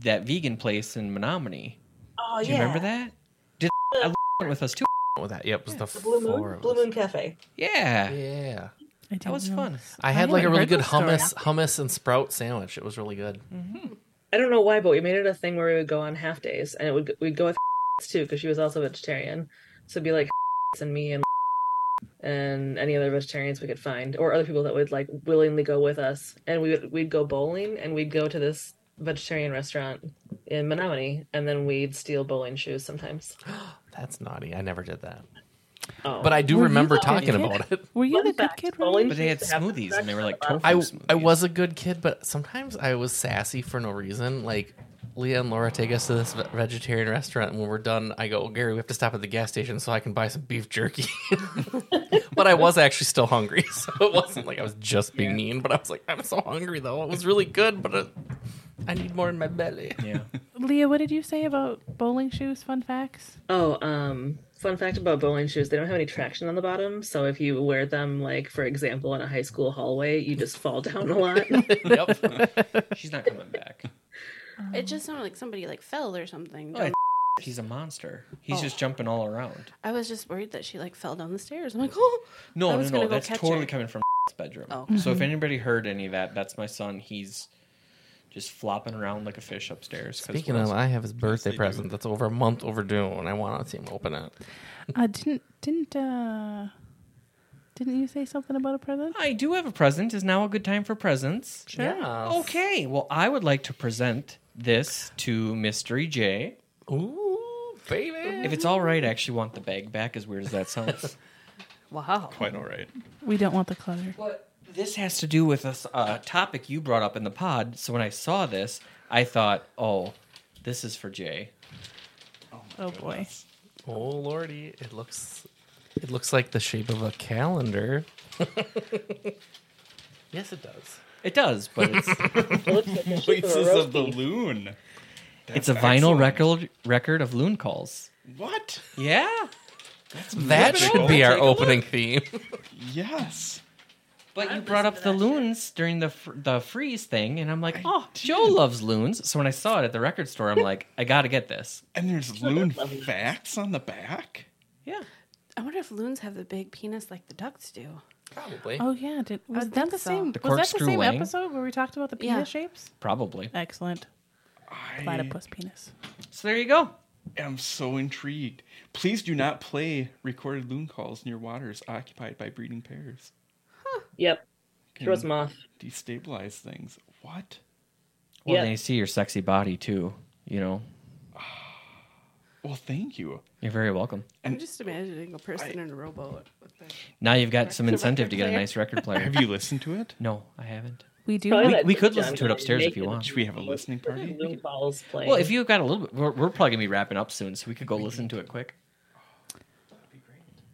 Speaker 1: that vegan place in Menominee.
Speaker 5: Oh
Speaker 1: Do you
Speaker 5: yeah,
Speaker 1: remember that? Did I went with us too?
Speaker 2: With that, yep, it was the
Speaker 5: The Blue
Speaker 2: four
Speaker 5: Moon,
Speaker 2: of
Speaker 5: Blue
Speaker 2: us.
Speaker 5: Moon Cafe.
Speaker 1: Yeah,
Speaker 2: Yeah,
Speaker 4: I didn't
Speaker 1: that was
Speaker 4: know.
Speaker 1: fun.
Speaker 2: I had like a
Speaker 4: haven't
Speaker 2: really
Speaker 4: heard
Speaker 2: good
Speaker 4: this story.
Speaker 2: hummus, hummus and sprout sandwich. It was really good.
Speaker 5: I don't know why, but we made it a thing where we would go on half days, and it would we'd go with too because she was also vegetarian, so it'd be like and me and and any other vegetarians we could find, or other people that would like willingly go with us, and we would we'd go bowling and we'd go to this vegetarian restaurant in Menominee, and then we'd steal bowling shoes sometimes.
Speaker 2: That's naughty. I never did that.
Speaker 5: Oh.
Speaker 2: But I do
Speaker 4: Were you
Speaker 2: remember
Speaker 4: the
Speaker 2: talking
Speaker 4: kid?
Speaker 2: about it.
Speaker 4: Were you the good
Speaker 5: fact,
Speaker 4: kid?
Speaker 5: bowling
Speaker 4: Rory?
Speaker 1: But they had
Speaker 5: shoes have
Speaker 1: smoothies and they were like tofu
Speaker 2: I,
Speaker 1: smoothies.
Speaker 2: I was a good kid, but sometimes I was sassy for no reason. Like Leah and Laura take us to this ve- vegetarian restaurant, and when we're done, I go, "Oh, Gary, we have to stop at the gas station so I can buy some beef jerky. but I was actually still hungry, so it wasn't like I was just being mean. But I was like, I'm so hungry though. It was really good, but it, I need more in my belly.
Speaker 1: Yeah.
Speaker 4: Leah, what did you say about bowling shoes? Fun facts.
Speaker 5: Oh, um, fun fact about bowling shoes, they don't have any traction on the bottom. So if you wear them, like, for example, in a high school hallway, you just fall down a lot.
Speaker 2: yep.
Speaker 1: She's not coming back.
Speaker 7: It just sounded like somebody like fell or something.
Speaker 1: Oh, I- He's a monster. He's
Speaker 7: Oh.
Speaker 1: just jumping all around.
Speaker 7: I was just worried that she like fell down the stairs. I'm like, oh, I
Speaker 1: No, no,
Speaker 7: was
Speaker 1: no.
Speaker 7: gonna go
Speaker 1: That's
Speaker 7: catch
Speaker 1: totally
Speaker 7: her.
Speaker 1: coming from bedroom.
Speaker 7: Oh.
Speaker 1: So if anybody heard any of that, that's my son. He's just flopping around like a fish upstairs. 'cause
Speaker 2: Speaking
Speaker 1: we're
Speaker 2: of,
Speaker 1: all-
Speaker 2: I have his birthday present that's over a month overdue, and I want to see him open it.
Speaker 4: Uh, didn't didn't uh, didn't you say something about a present?
Speaker 1: I do have a present. Is now a good time for presents?
Speaker 2: Sure.
Speaker 1: Okay. Well, I would like to present this to Mystery J.
Speaker 2: Ooh, baby.
Speaker 1: If it's all right, I actually want the bag back, as weird as that sounds.
Speaker 7: wow.
Speaker 6: Quite all right.
Speaker 4: We don't want the clutter.
Speaker 1: But this has to do with a s- a topic you brought up in the pod. So when I saw this, I thought, oh, this is for Jay.
Speaker 4: Oh boy.
Speaker 2: Oh lordy, it looks it looks like the shape of a calendar. yes, it does.
Speaker 1: It does, but it's
Speaker 5: It looks like the shape of a
Speaker 6: Voices
Speaker 5: roast
Speaker 6: of the
Speaker 5: beef.
Speaker 6: Loon.
Speaker 1: it's a vinyl record record of loon calls.
Speaker 6: What?
Speaker 1: Yeah.
Speaker 2: That should be our opening theme.
Speaker 6: Yes.
Speaker 1: But you brought up the loons during the fr- the freeze thing, and I'm like, oh, Joe loves loons. So when I saw it at the record store, I'm like, I gotta get this.
Speaker 6: And there's Loon facts on the back.
Speaker 1: Yeah.
Speaker 7: I wonder if loons have the big penis like the ducks do.
Speaker 2: Probably.
Speaker 4: Oh yeah. Did was
Speaker 7: would
Speaker 4: that
Speaker 7: think
Speaker 4: the
Speaker 7: so.
Speaker 4: same?
Speaker 1: The
Speaker 4: was that the
Speaker 1: corkscrew
Speaker 4: same
Speaker 1: wang.
Speaker 4: episode where we talked about the penis
Speaker 7: Yeah.
Speaker 4: shapes?
Speaker 1: Probably.
Speaker 4: Excellent.
Speaker 6: I
Speaker 2: Mm.
Speaker 4: Platypus penis.
Speaker 1: So there you go.
Speaker 6: am so intrigued. Please do not play recorded loon calls near waters occupied by breeding pairs.
Speaker 5: Yep.
Speaker 6: Can
Speaker 1: Hmm.
Speaker 5: Throws them off.
Speaker 6: destabilize things. What?
Speaker 1: Well,
Speaker 5: Yeah.
Speaker 1: they see your sexy body too. You know,
Speaker 6: Well, thank you.
Speaker 1: you're very welcome.
Speaker 7: I'm just imagining a person in a rowboat. With the...
Speaker 1: Now you've got some
Speaker 7: Record
Speaker 1: incentive to get a
Speaker 7: player.
Speaker 1: nice record player.
Speaker 6: Have you listened to it?
Speaker 1: no, I haven't.
Speaker 4: We do.
Speaker 5: Probably
Speaker 4: like-
Speaker 5: that
Speaker 1: we could
Speaker 5: John
Speaker 1: listen to it
Speaker 5: guy
Speaker 1: upstairs if you
Speaker 5: naked
Speaker 1: want.
Speaker 6: Should we have a listening party?
Speaker 5: Loon balls playing.
Speaker 1: Well, if you've got a little bit, we're, we're probably gonna be wrapping up soon, so we could go listen to it quick.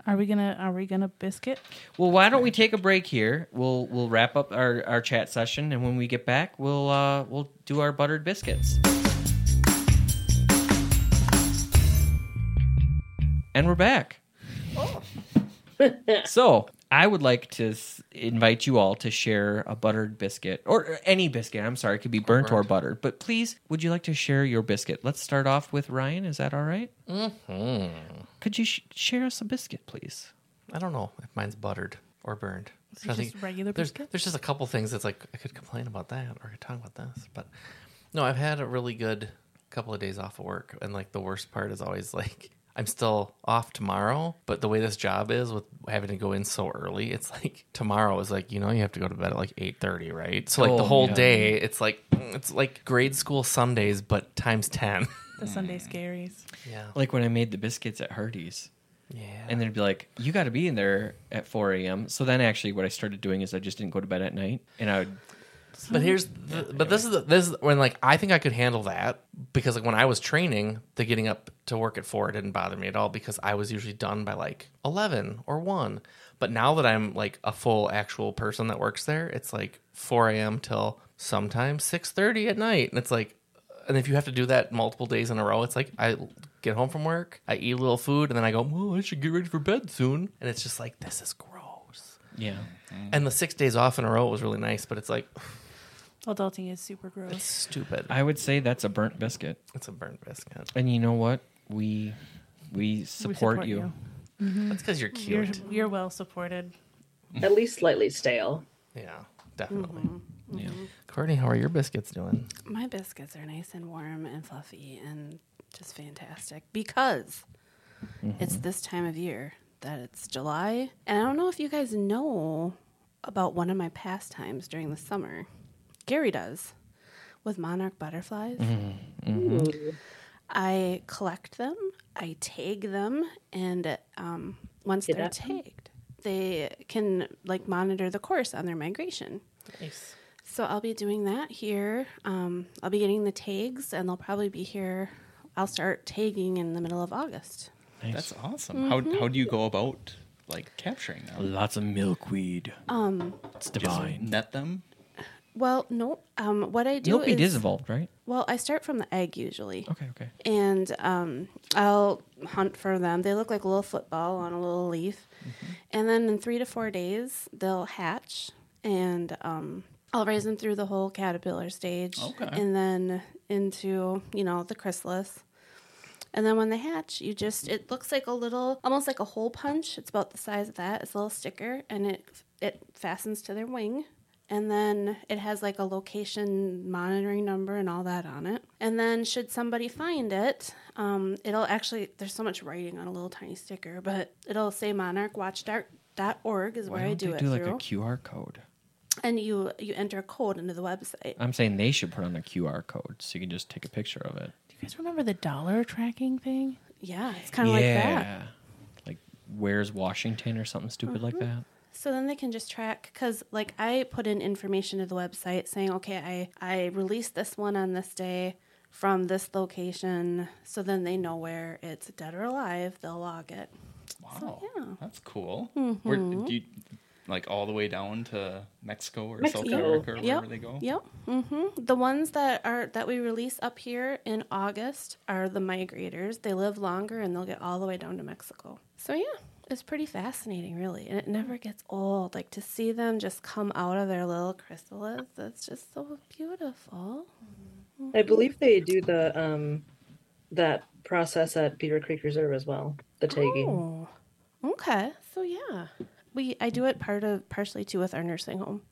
Speaker 4: Are we gonna Are we gonna biscuit?
Speaker 1: Well, why don't we take a break here? We'll we'll wrap up our, our chat session, and when we get back, we'll uh, we'll do our buttered biscuits. And we're back. so I would like to s- invite you all to share a buttered biscuit or any biscuit. I'm sorry, it could be burnt or buttered, but please, would you like to share your biscuit? Let's start off with Ryan. Is that all right? Mm-hmm. Could you sh- share us a biscuit, please?
Speaker 2: I don't know if mine's buttered or burned.
Speaker 4: it
Speaker 2: I
Speaker 4: just regular
Speaker 2: there's,
Speaker 4: biscuit?
Speaker 2: There's just a couple things that's like I could complain about that or I could talk about this, but no, I've had a really good couple of days off of work, and like the worst part is always like I'm still off tomorrow, but the way this job is with having to go in so early, it's like tomorrow is like you know you have to go to bed at like eight thirty, right? So like the
Speaker 1: Oh,
Speaker 2: whole
Speaker 1: yeah.
Speaker 2: day, it's like it's like grade school Sundays, but times ten.
Speaker 4: The Sunday scaries.
Speaker 2: Yeah,
Speaker 1: like when I made the biscuits at Hardee's,
Speaker 2: yeah,
Speaker 1: and they'd be like, "You got to be in there at 4 a.m." So then, actually, what I started doing is I just didn't go to bed at night, and I would.
Speaker 2: But here's, the, but this is the, this is when like I think I could handle that because like when I was training, the getting up to work at four didn't bother me at all because I was usually done by like eleven or one. But now that I'm like a full actual person that works there, it's like four a.m. till sometimes six thirty at night, and it's like, and if you have to do that multiple days in a row, it's like I get home from work, I eat a little food, and then I go, well, I should get ready for bed soon, and it's just like this is gross.
Speaker 1: Yeah,
Speaker 2: And the six days off in a row was really nice, but it's like
Speaker 4: Adulting is super gross.
Speaker 2: stupid.
Speaker 1: I would say that's a burnt biscuit.
Speaker 2: It's a burnt biscuit.
Speaker 1: And you know what? We we support,
Speaker 4: We support
Speaker 1: you.
Speaker 4: you.
Speaker 2: That's because you're
Speaker 4: You're,
Speaker 2: cute.
Speaker 4: you're well supported.
Speaker 5: At least slightly stale.
Speaker 2: Yeah, definitely.
Speaker 1: Yeah.
Speaker 2: Courtney, how are your biscuits doing?
Speaker 7: My biscuits are nice and warm and fluffy and just fantastic because it's this time of year that it's July. And I don't know if you guys know about one of my pastimes during the summer. Gary does, with monarch butterflies. I collect them, I tag them, and um, once they're tagged, they can like monitor the course on their migration.
Speaker 2: Nice.
Speaker 7: So I'll be doing that here. Um, I'll be getting the tags, and they'll probably be here. I'll start tagging in the middle of August.
Speaker 6: That's awesome. How how do you go about like capturing them?
Speaker 8: Lots of milkweed. Um, it's divine.
Speaker 6: Net them?
Speaker 7: Well, no. Um, what I do
Speaker 1: Milkweed
Speaker 7: is
Speaker 1: is evolved, right?
Speaker 7: well, I start from the egg usually.
Speaker 1: Okay, okay.
Speaker 7: and um, I'll hunt for them. They look like a little football on a little leaf. And then in three to four days, they'll hatch, and um, I'll raise them through the whole caterpillar stage,
Speaker 6: Okay.
Speaker 7: and then into you know the chrysalis. And then when they hatch, you just it looks like a little, almost like a hole punch. It's about the size of that. It's a little sticker, and it it fastens to their wing. And then it has like a location monitoring number and all that on it. And then should somebody find it, um, it'll actually there's so much writing on a little tiny sticker, but it'll say monarchwatchdog.org is where I do
Speaker 1: they
Speaker 7: it
Speaker 1: do
Speaker 7: through.
Speaker 1: like a QR code?
Speaker 7: and you you enter a code into the website.
Speaker 1: I'm saying they should put on a QR code so you can just take a picture of it.
Speaker 4: Do you guys remember the dollar tracking thing?
Speaker 7: Yeah, it's kind of like that.
Speaker 1: Like where's Washington or something stupid like that?
Speaker 7: So then they can just track because, like, I put in information to the website saying, okay, I I released this one on this day from this location. So then they know where it's dead or alive. They'll log it.
Speaker 6: Wow.
Speaker 7: yeah.
Speaker 6: That's cool. Where do you like all the way down to Mexico or South
Speaker 5: Mexico.
Speaker 6: America or
Speaker 7: Yep.
Speaker 6: wherever they go?
Speaker 7: Yep. Mm-hmm. The ones that are that we release up here in August are the migrators. They live longer and they'll get all the way down to Mexico. So yeah, it's pretty fascinating, really, and it never gets old. Like to see them just come out of their little chrysalis. That's just so beautiful.
Speaker 5: I believe they do the um that process at Beaver Creek Reserve as well. The tagging.
Speaker 7: Oh, okay. So yeah, we I do it part of partially too with our nursing home,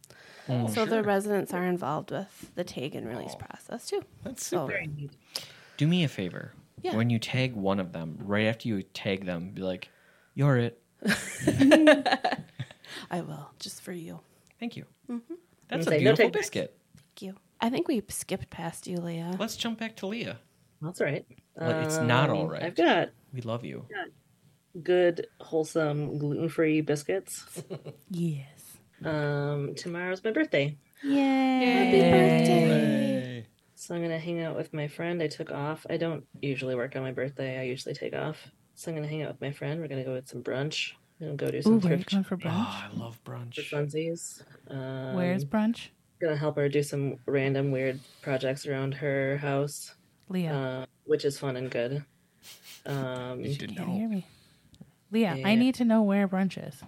Speaker 6: Oh,
Speaker 7: so the residents are involved with the tag and release process too.
Speaker 6: That's
Speaker 7: So-
Speaker 6: super.
Speaker 1: Oh. Do me a favor.
Speaker 7: Yeah.
Speaker 1: When you tag one of them, right after you tag them, be like, "You're it."
Speaker 7: I will just for you.
Speaker 1: Thank you. That's a
Speaker 5: Say, no
Speaker 1: beautiful
Speaker 5: take backs.
Speaker 1: biscuit.
Speaker 7: Thank you. I think we skipped past you, Leah.
Speaker 1: Let's jump back to Leah.
Speaker 5: That's all right. Um,
Speaker 1: Well, it's not all right.
Speaker 5: I've got
Speaker 1: We love you.
Speaker 5: good, wholesome, gluten free biscuits.
Speaker 4: Yes.
Speaker 5: Um, tomorrow's my birthday.
Speaker 7: Happy birthday.
Speaker 6: Hey.
Speaker 5: So I'm gonna hang out with my friend. I took off. I don't usually work on my birthday. I usually take off. So I'm gonna hang out with my friend. We're gonna go get some brunch. We're gonna go do some
Speaker 4: Ooh, where are you
Speaker 5: thrift
Speaker 4: going for brunch?
Speaker 1: Oh, I love brunch.
Speaker 5: for funsies. Um,
Speaker 4: Where's brunch?
Speaker 5: gonna help her do some random weird projects around her house,
Speaker 4: Leah.
Speaker 5: uh, which is fun and good. Um,
Speaker 6: You should
Speaker 4: Can't
Speaker 6: know.
Speaker 4: hear me. Leah,
Speaker 5: Yeah.
Speaker 4: I need to know where brunch is.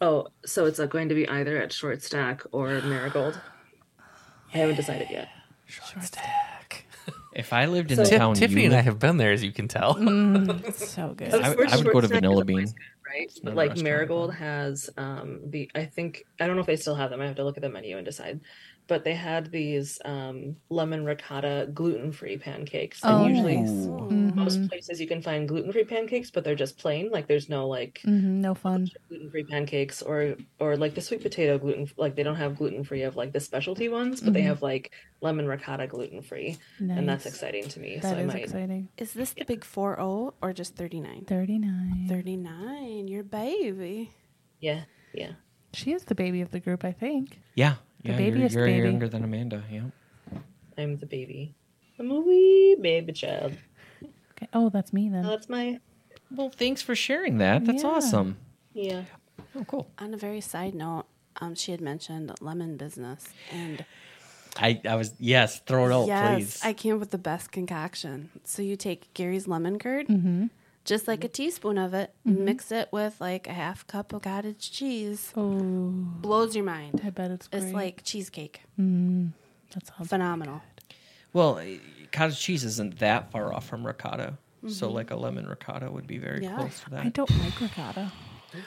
Speaker 5: oh, so it's uh, going to be either at Short Stack or Marigold. I haven't decided yet.
Speaker 1: If I lived in
Speaker 5: So-
Speaker 1: the
Speaker 2: Ti-
Speaker 1: town,
Speaker 2: Tiffany
Speaker 1: you
Speaker 2: and I have been there, as you can tell.
Speaker 4: It's so good.
Speaker 5: Of
Speaker 1: I-
Speaker 5: course,
Speaker 1: I would go to
Speaker 5: Short Stack
Speaker 1: Vanilla
Speaker 5: is always
Speaker 1: Bean.
Speaker 5: good, right? But,
Speaker 1: another
Speaker 5: like
Speaker 1: restaurant.
Speaker 5: Marigold has um, the I think I don't know if they still have them. I have to look at the menu and decide. But they had these um, lemon ricotta gluten free pancakes, and
Speaker 4: Oh, Mm-hmm.
Speaker 5: usually
Speaker 1: nice.
Speaker 5: most places you can find gluten free pancakes, but they're just plain. Like there's no like
Speaker 4: Mhm, no fun.
Speaker 5: gluten free pancakes or or like the sweet potato gluten like they don't have gluten free of like the specialty ones, but they have like lemon ricotta gluten free, and that's
Speaker 4: Mm-hmm. Nice.
Speaker 5: exciting to me.
Speaker 4: That
Speaker 5: so I
Speaker 4: is
Speaker 5: might.
Speaker 4: exciting.
Speaker 7: Is this the big 4 0 or just 39?
Speaker 4: 39.
Speaker 7: 39, your baby.
Speaker 5: Yeah, yeah.
Speaker 4: She is the baby of the group, I think.
Speaker 1: yeah, yeah, you're,
Speaker 4: babyest
Speaker 1: you're
Speaker 4: baby.
Speaker 1: younger than Amanda. Yeah.
Speaker 5: I'm the baby. I'm a wee baby child.
Speaker 4: Okay. Oh, that's me then.
Speaker 5: Oh, that's my
Speaker 1: Well, thanks for sharing that. That's
Speaker 4: Yeah.
Speaker 1: awesome.
Speaker 5: yeah.
Speaker 1: Oh, cool.
Speaker 7: On a very side note, um, she had mentioned lemon business. And
Speaker 1: I, I was yes, throw it out,
Speaker 7: yes,
Speaker 1: please.
Speaker 7: I came up with the best concoction. So you take Gary's lemon curd, just like a teaspoon of it, mix it with like a half cup of cottage cheese.
Speaker 4: Oh,
Speaker 7: Blows your mind.
Speaker 4: I bet it's great.
Speaker 7: It's like cheesecake.
Speaker 4: that's all.
Speaker 7: Phenomenal.
Speaker 1: well, eh, cottage cheese isn't that far off from ricotta, so like a lemon ricotta would be very
Speaker 7: Yeah.
Speaker 1: close to
Speaker 4: I
Speaker 1: that.
Speaker 4: don't like ricotta.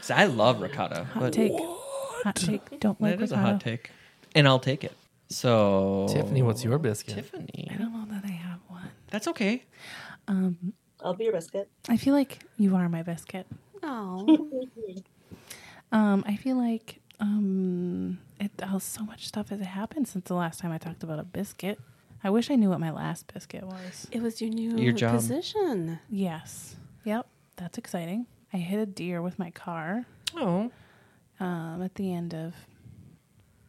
Speaker 1: See, I, love ricotta.
Speaker 4: Hot
Speaker 1: but
Speaker 4: take. Hot take. Don't like
Speaker 1: That
Speaker 4: ricotta.
Speaker 1: is a hot take, and I'll take it. So
Speaker 2: Tiffany, what's your biscuit?
Speaker 1: Tiffany?
Speaker 4: I don't know that I have one.
Speaker 1: That's okay.
Speaker 5: I'll be your biscuit.
Speaker 4: I feel like you are my biscuit.
Speaker 7: Oh,
Speaker 4: Um, I feel like uh, um, it, oh, so much stuff has happened since the last time I talked about a biscuit. I wish I knew what my last biscuit was.
Speaker 7: It was your new
Speaker 1: Your job.
Speaker 7: position.
Speaker 4: Yes. Yep. That's exciting. I hit a deer with my car
Speaker 1: Oh,
Speaker 4: um, at the end of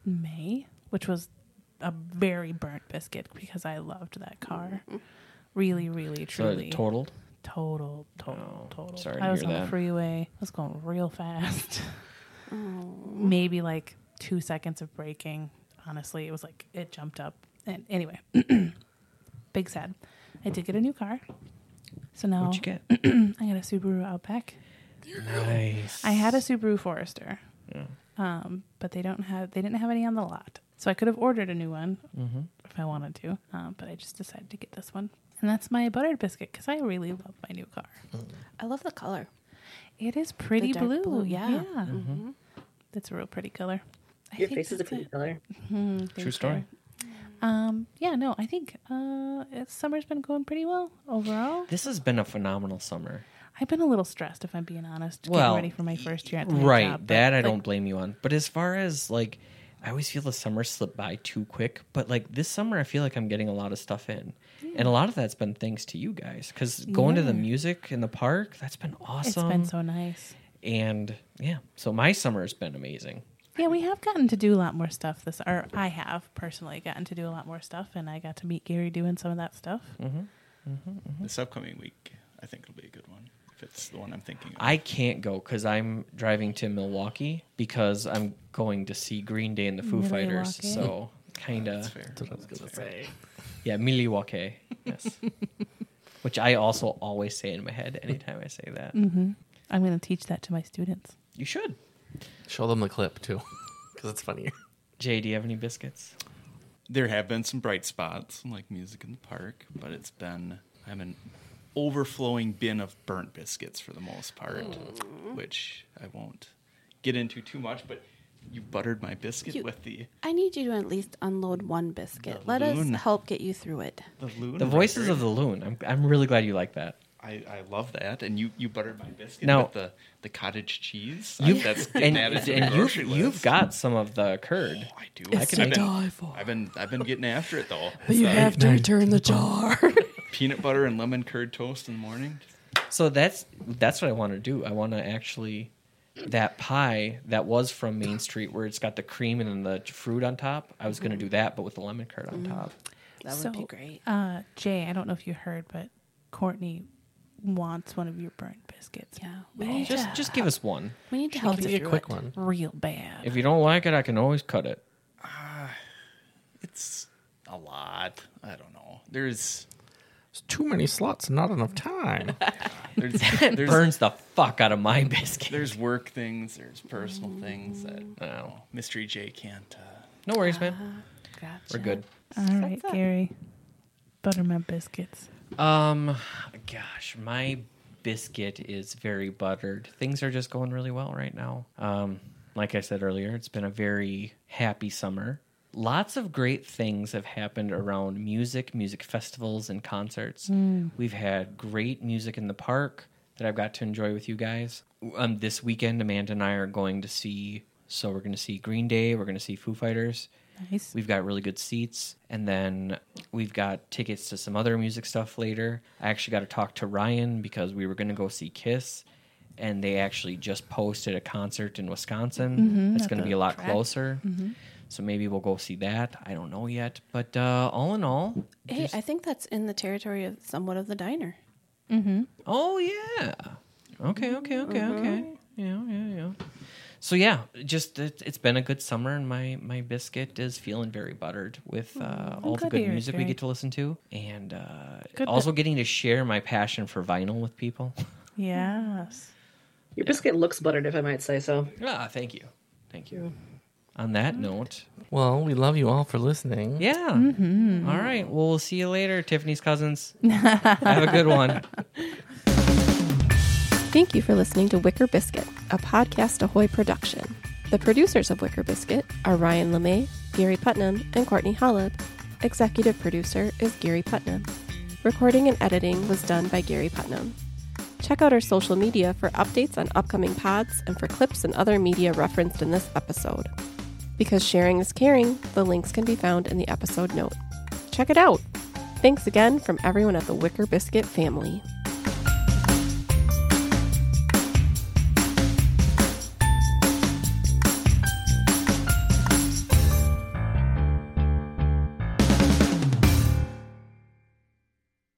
Speaker 4: May, which was a very burnt biscuit because I loved that car. Really, really,
Speaker 1: so
Speaker 4: truly.
Speaker 1: it totaled.
Speaker 4: total,
Speaker 1: Oh,
Speaker 4: total, total.
Speaker 1: sorry to
Speaker 4: I was
Speaker 1: hear
Speaker 4: on
Speaker 1: that.
Speaker 4: the freeway. I was going real fast. Maybe like two seconds of braking. Honestly, it was like it jumped up. And anyway, big sad. I did get a new car. So now
Speaker 1: What'd you get?
Speaker 4: I got a Subaru Outback.
Speaker 1: nice.
Speaker 4: I had a Subaru Forester, um, but they don't have they didn't have any on the lot, so I could have ordered a new one
Speaker 1: Mm-hmm.
Speaker 4: if I wanted to, um, but I just decided to get this one, and that's my buttered biscuit because I really love my new car.
Speaker 7: I love the color.
Speaker 4: It is pretty
Speaker 7: dark
Speaker 4: blue,
Speaker 7: blue,
Speaker 4: yeah,
Speaker 7: yeah.
Speaker 1: Mm. Mm-hmm.
Speaker 4: that's a real pretty color. I
Speaker 5: Your
Speaker 4: think
Speaker 5: face is a
Speaker 4: that's
Speaker 5: pretty
Speaker 4: it.
Speaker 5: color.
Speaker 4: Mm,
Speaker 1: True
Speaker 4: thank
Speaker 1: story.
Speaker 4: you. Um, yeah, no, I think uh, it's- summer's been going pretty well overall.
Speaker 1: This has been a phenomenal summer.
Speaker 4: I've been a little stressed, if I'm being honest,
Speaker 1: Well,
Speaker 4: getting ready for my first year at the new
Speaker 1: Right,
Speaker 4: job, but,
Speaker 1: that I
Speaker 4: like,
Speaker 1: don't blame you on. But as far as like, I always feel the summer slip by too quick. But like this summer, I feel like I'm getting a lot of stuff in,
Speaker 4: Mm.
Speaker 1: and a lot of that's been thanks to you guys. Because going to the music in the park, that's been
Speaker 4: It's
Speaker 1: awesome.
Speaker 4: been so nice.
Speaker 1: and yeah, so my summer has been amazing.
Speaker 4: Yeah, we have gotten to do a lot more stuff this, or I have personally gotten to do a lot more stuff, and I got to meet Gary doing some of that stuff.
Speaker 1: Mm-hmm.
Speaker 6: This upcoming week, I think it'll be a good one. If it's the one I'm thinking of.
Speaker 1: I can't go because I'm driving to Milwaukee because I'm going to see Green Day and the Foo Fighters.
Speaker 4: Milwaukee.
Speaker 1: So kind
Speaker 6: That's
Speaker 1: of
Speaker 6: fair.
Speaker 2: That's what I was gonna say.
Speaker 1: yeah, Milwaukee. Yes. Which I also always say in my head anytime I say that.
Speaker 4: I'm going to teach that to my students.
Speaker 1: You should.
Speaker 2: Show them the clip too, because it's funnier.
Speaker 1: Jay, do you have any biscuits?
Speaker 6: There have been some bright spots, like music in the park, but it's been I'm an overflowing bin of burnt biscuits for the most part,
Speaker 1: Mm.
Speaker 6: which I won't get into too much. But you buttered my biscuit
Speaker 7: You-
Speaker 6: with the
Speaker 7: I need you to at least unload one biscuit.
Speaker 6: The
Speaker 7: Let
Speaker 6: loon.
Speaker 7: us help get you through it.
Speaker 6: the loon.
Speaker 1: The voices
Speaker 6: record.
Speaker 1: of the loon. I'm, I'm really glad you like that.
Speaker 6: I, I love that, and you you buttered my biscuit
Speaker 1: Now-
Speaker 6: with the the cottage cheese.
Speaker 1: You
Speaker 6: I, that's
Speaker 1: and,
Speaker 6: getting added to the
Speaker 1: and you've
Speaker 6: grocery
Speaker 1: you've
Speaker 6: list. Oh,
Speaker 1: got some of the curd.
Speaker 6: I do. I
Speaker 8: It's
Speaker 6: can, I've,
Speaker 8: to
Speaker 6: been,
Speaker 8: die for.
Speaker 6: I've been I've been getting after it though.
Speaker 8: But you
Speaker 6: So,
Speaker 8: have to return the jar.
Speaker 6: peanut butter and lemon curd toast in the morning.
Speaker 1: So that's that's what I want to do. I want to actually that pie that was from Main Street where it's got the cream and then the fruit on top. I was going to do that, but with the lemon curd on top.
Speaker 7: That
Speaker 4: So,
Speaker 7: would be great.
Speaker 4: Uh, Jay, I don't know if you heard, but Courtney wants one of your burnt biscuits.
Speaker 7: Yeah, we need
Speaker 1: Just
Speaker 7: to,
Speaker 1: just give us one.
Speaker 7: we need to help you
Speaker 2: Give me
Speaker 7: through
Speaker 2: a quick
Speaker 7: it.
Speaker 2: one.
Speaker 4: Real bad.
Speaker 1: If you don't like it, I can always cut it.
Speaker 6: It's a lot. I don't know. There's
Speaker 2: There's too many slots and not enough time.
Speaker 6: there's there's,
Speaker 1: Burns the fuck out of my biscuit.
Speaker 6: there's work things. There's personal things that I don't know. Mystery J can't. Uh,
Speaker 1: Oh. No worries, man.
Speaker 7: Gotcha.
Speaker 1: We're good.
Speaker 4: All right,
Speaker 7: it.
Speaker 4: Gary, butter my biscuits.
Speaker 1: Um, gosh, my biscuit is very buttered. Things are just going really well right now. Um, like I said earlier, it's been a very happy summer. Lots of great things have happened around music, music festivals, and concerts. We've had great music in the park that I've got to enjoy with you guys. Um, this weekend, Amanda and I are going to see. So we're going to see Green Day. We're going to see Foo Fighters.
Speaker 4: Nice.
Speaker 1: We've got really good seats, and then we've got tickets to some other music stuff later. I actually got to talk to Ryan because we were going to go see Kiss, and they actually just posted a concert in Wisconsin. that's going to be a lot
Speaker 4: Mm-hmm. track. Mm-hmm.
Speaker 1: closer. So maybe we'll go see that. I don't know yet, but uh, all in all,
Speaker 7: Hey, I think that's in the territory of somewhat of the diner.
Speaker 1: oh yeah, okay, okay, okay,
Speaker 4: Mm-hmm.
Speaker 1: okay, yeah, yeah, yeah. So yeah, just it, it's been a good summer, and my my biscuit is feeling very buttered with uh, all the
Speaker 4: Mm, glad to
Speaker 1: good
Speaker 4: hear it,
Speaker 1: music we
Speaker 4: Jerry.
Speaker 1: get to listen to, and uh,
Speaker 4: Good
Speaker 1: also getting to share my passion for vinyl with people.
Speaker 4: Yes.
Speaker 5: Your biscuit looks buttered, if I might say so.
Speaker 1: ah, thank you, thank
Speaker 4: Mm.
Speaker 1: you. On that note,
Speaker 2: well, we love you all for listening.
Speaker 1: yeah.
Speaker 4: Mm-hmm.
Speaker 1: All right, well, we'll see you later, Tiffany's cousins. Have a good one.
Speaker 3: Thank you for listening to Wicker Biscuit, a podcast Ahoy production. The producers of Wicker Biscuit are Ryan LeMay, Gary Putnam, and Courtney Hollub. Executive producer is Gary Putnam. Recording and editing was done by Gary Putnam. Check out our social media for updates on upcoming pods and for clips and other media referenced in this episode. Because sharing is caring, the links can be found in the episode note. Check check it out. Thanks again from everyone at the Wicker Biscuit family.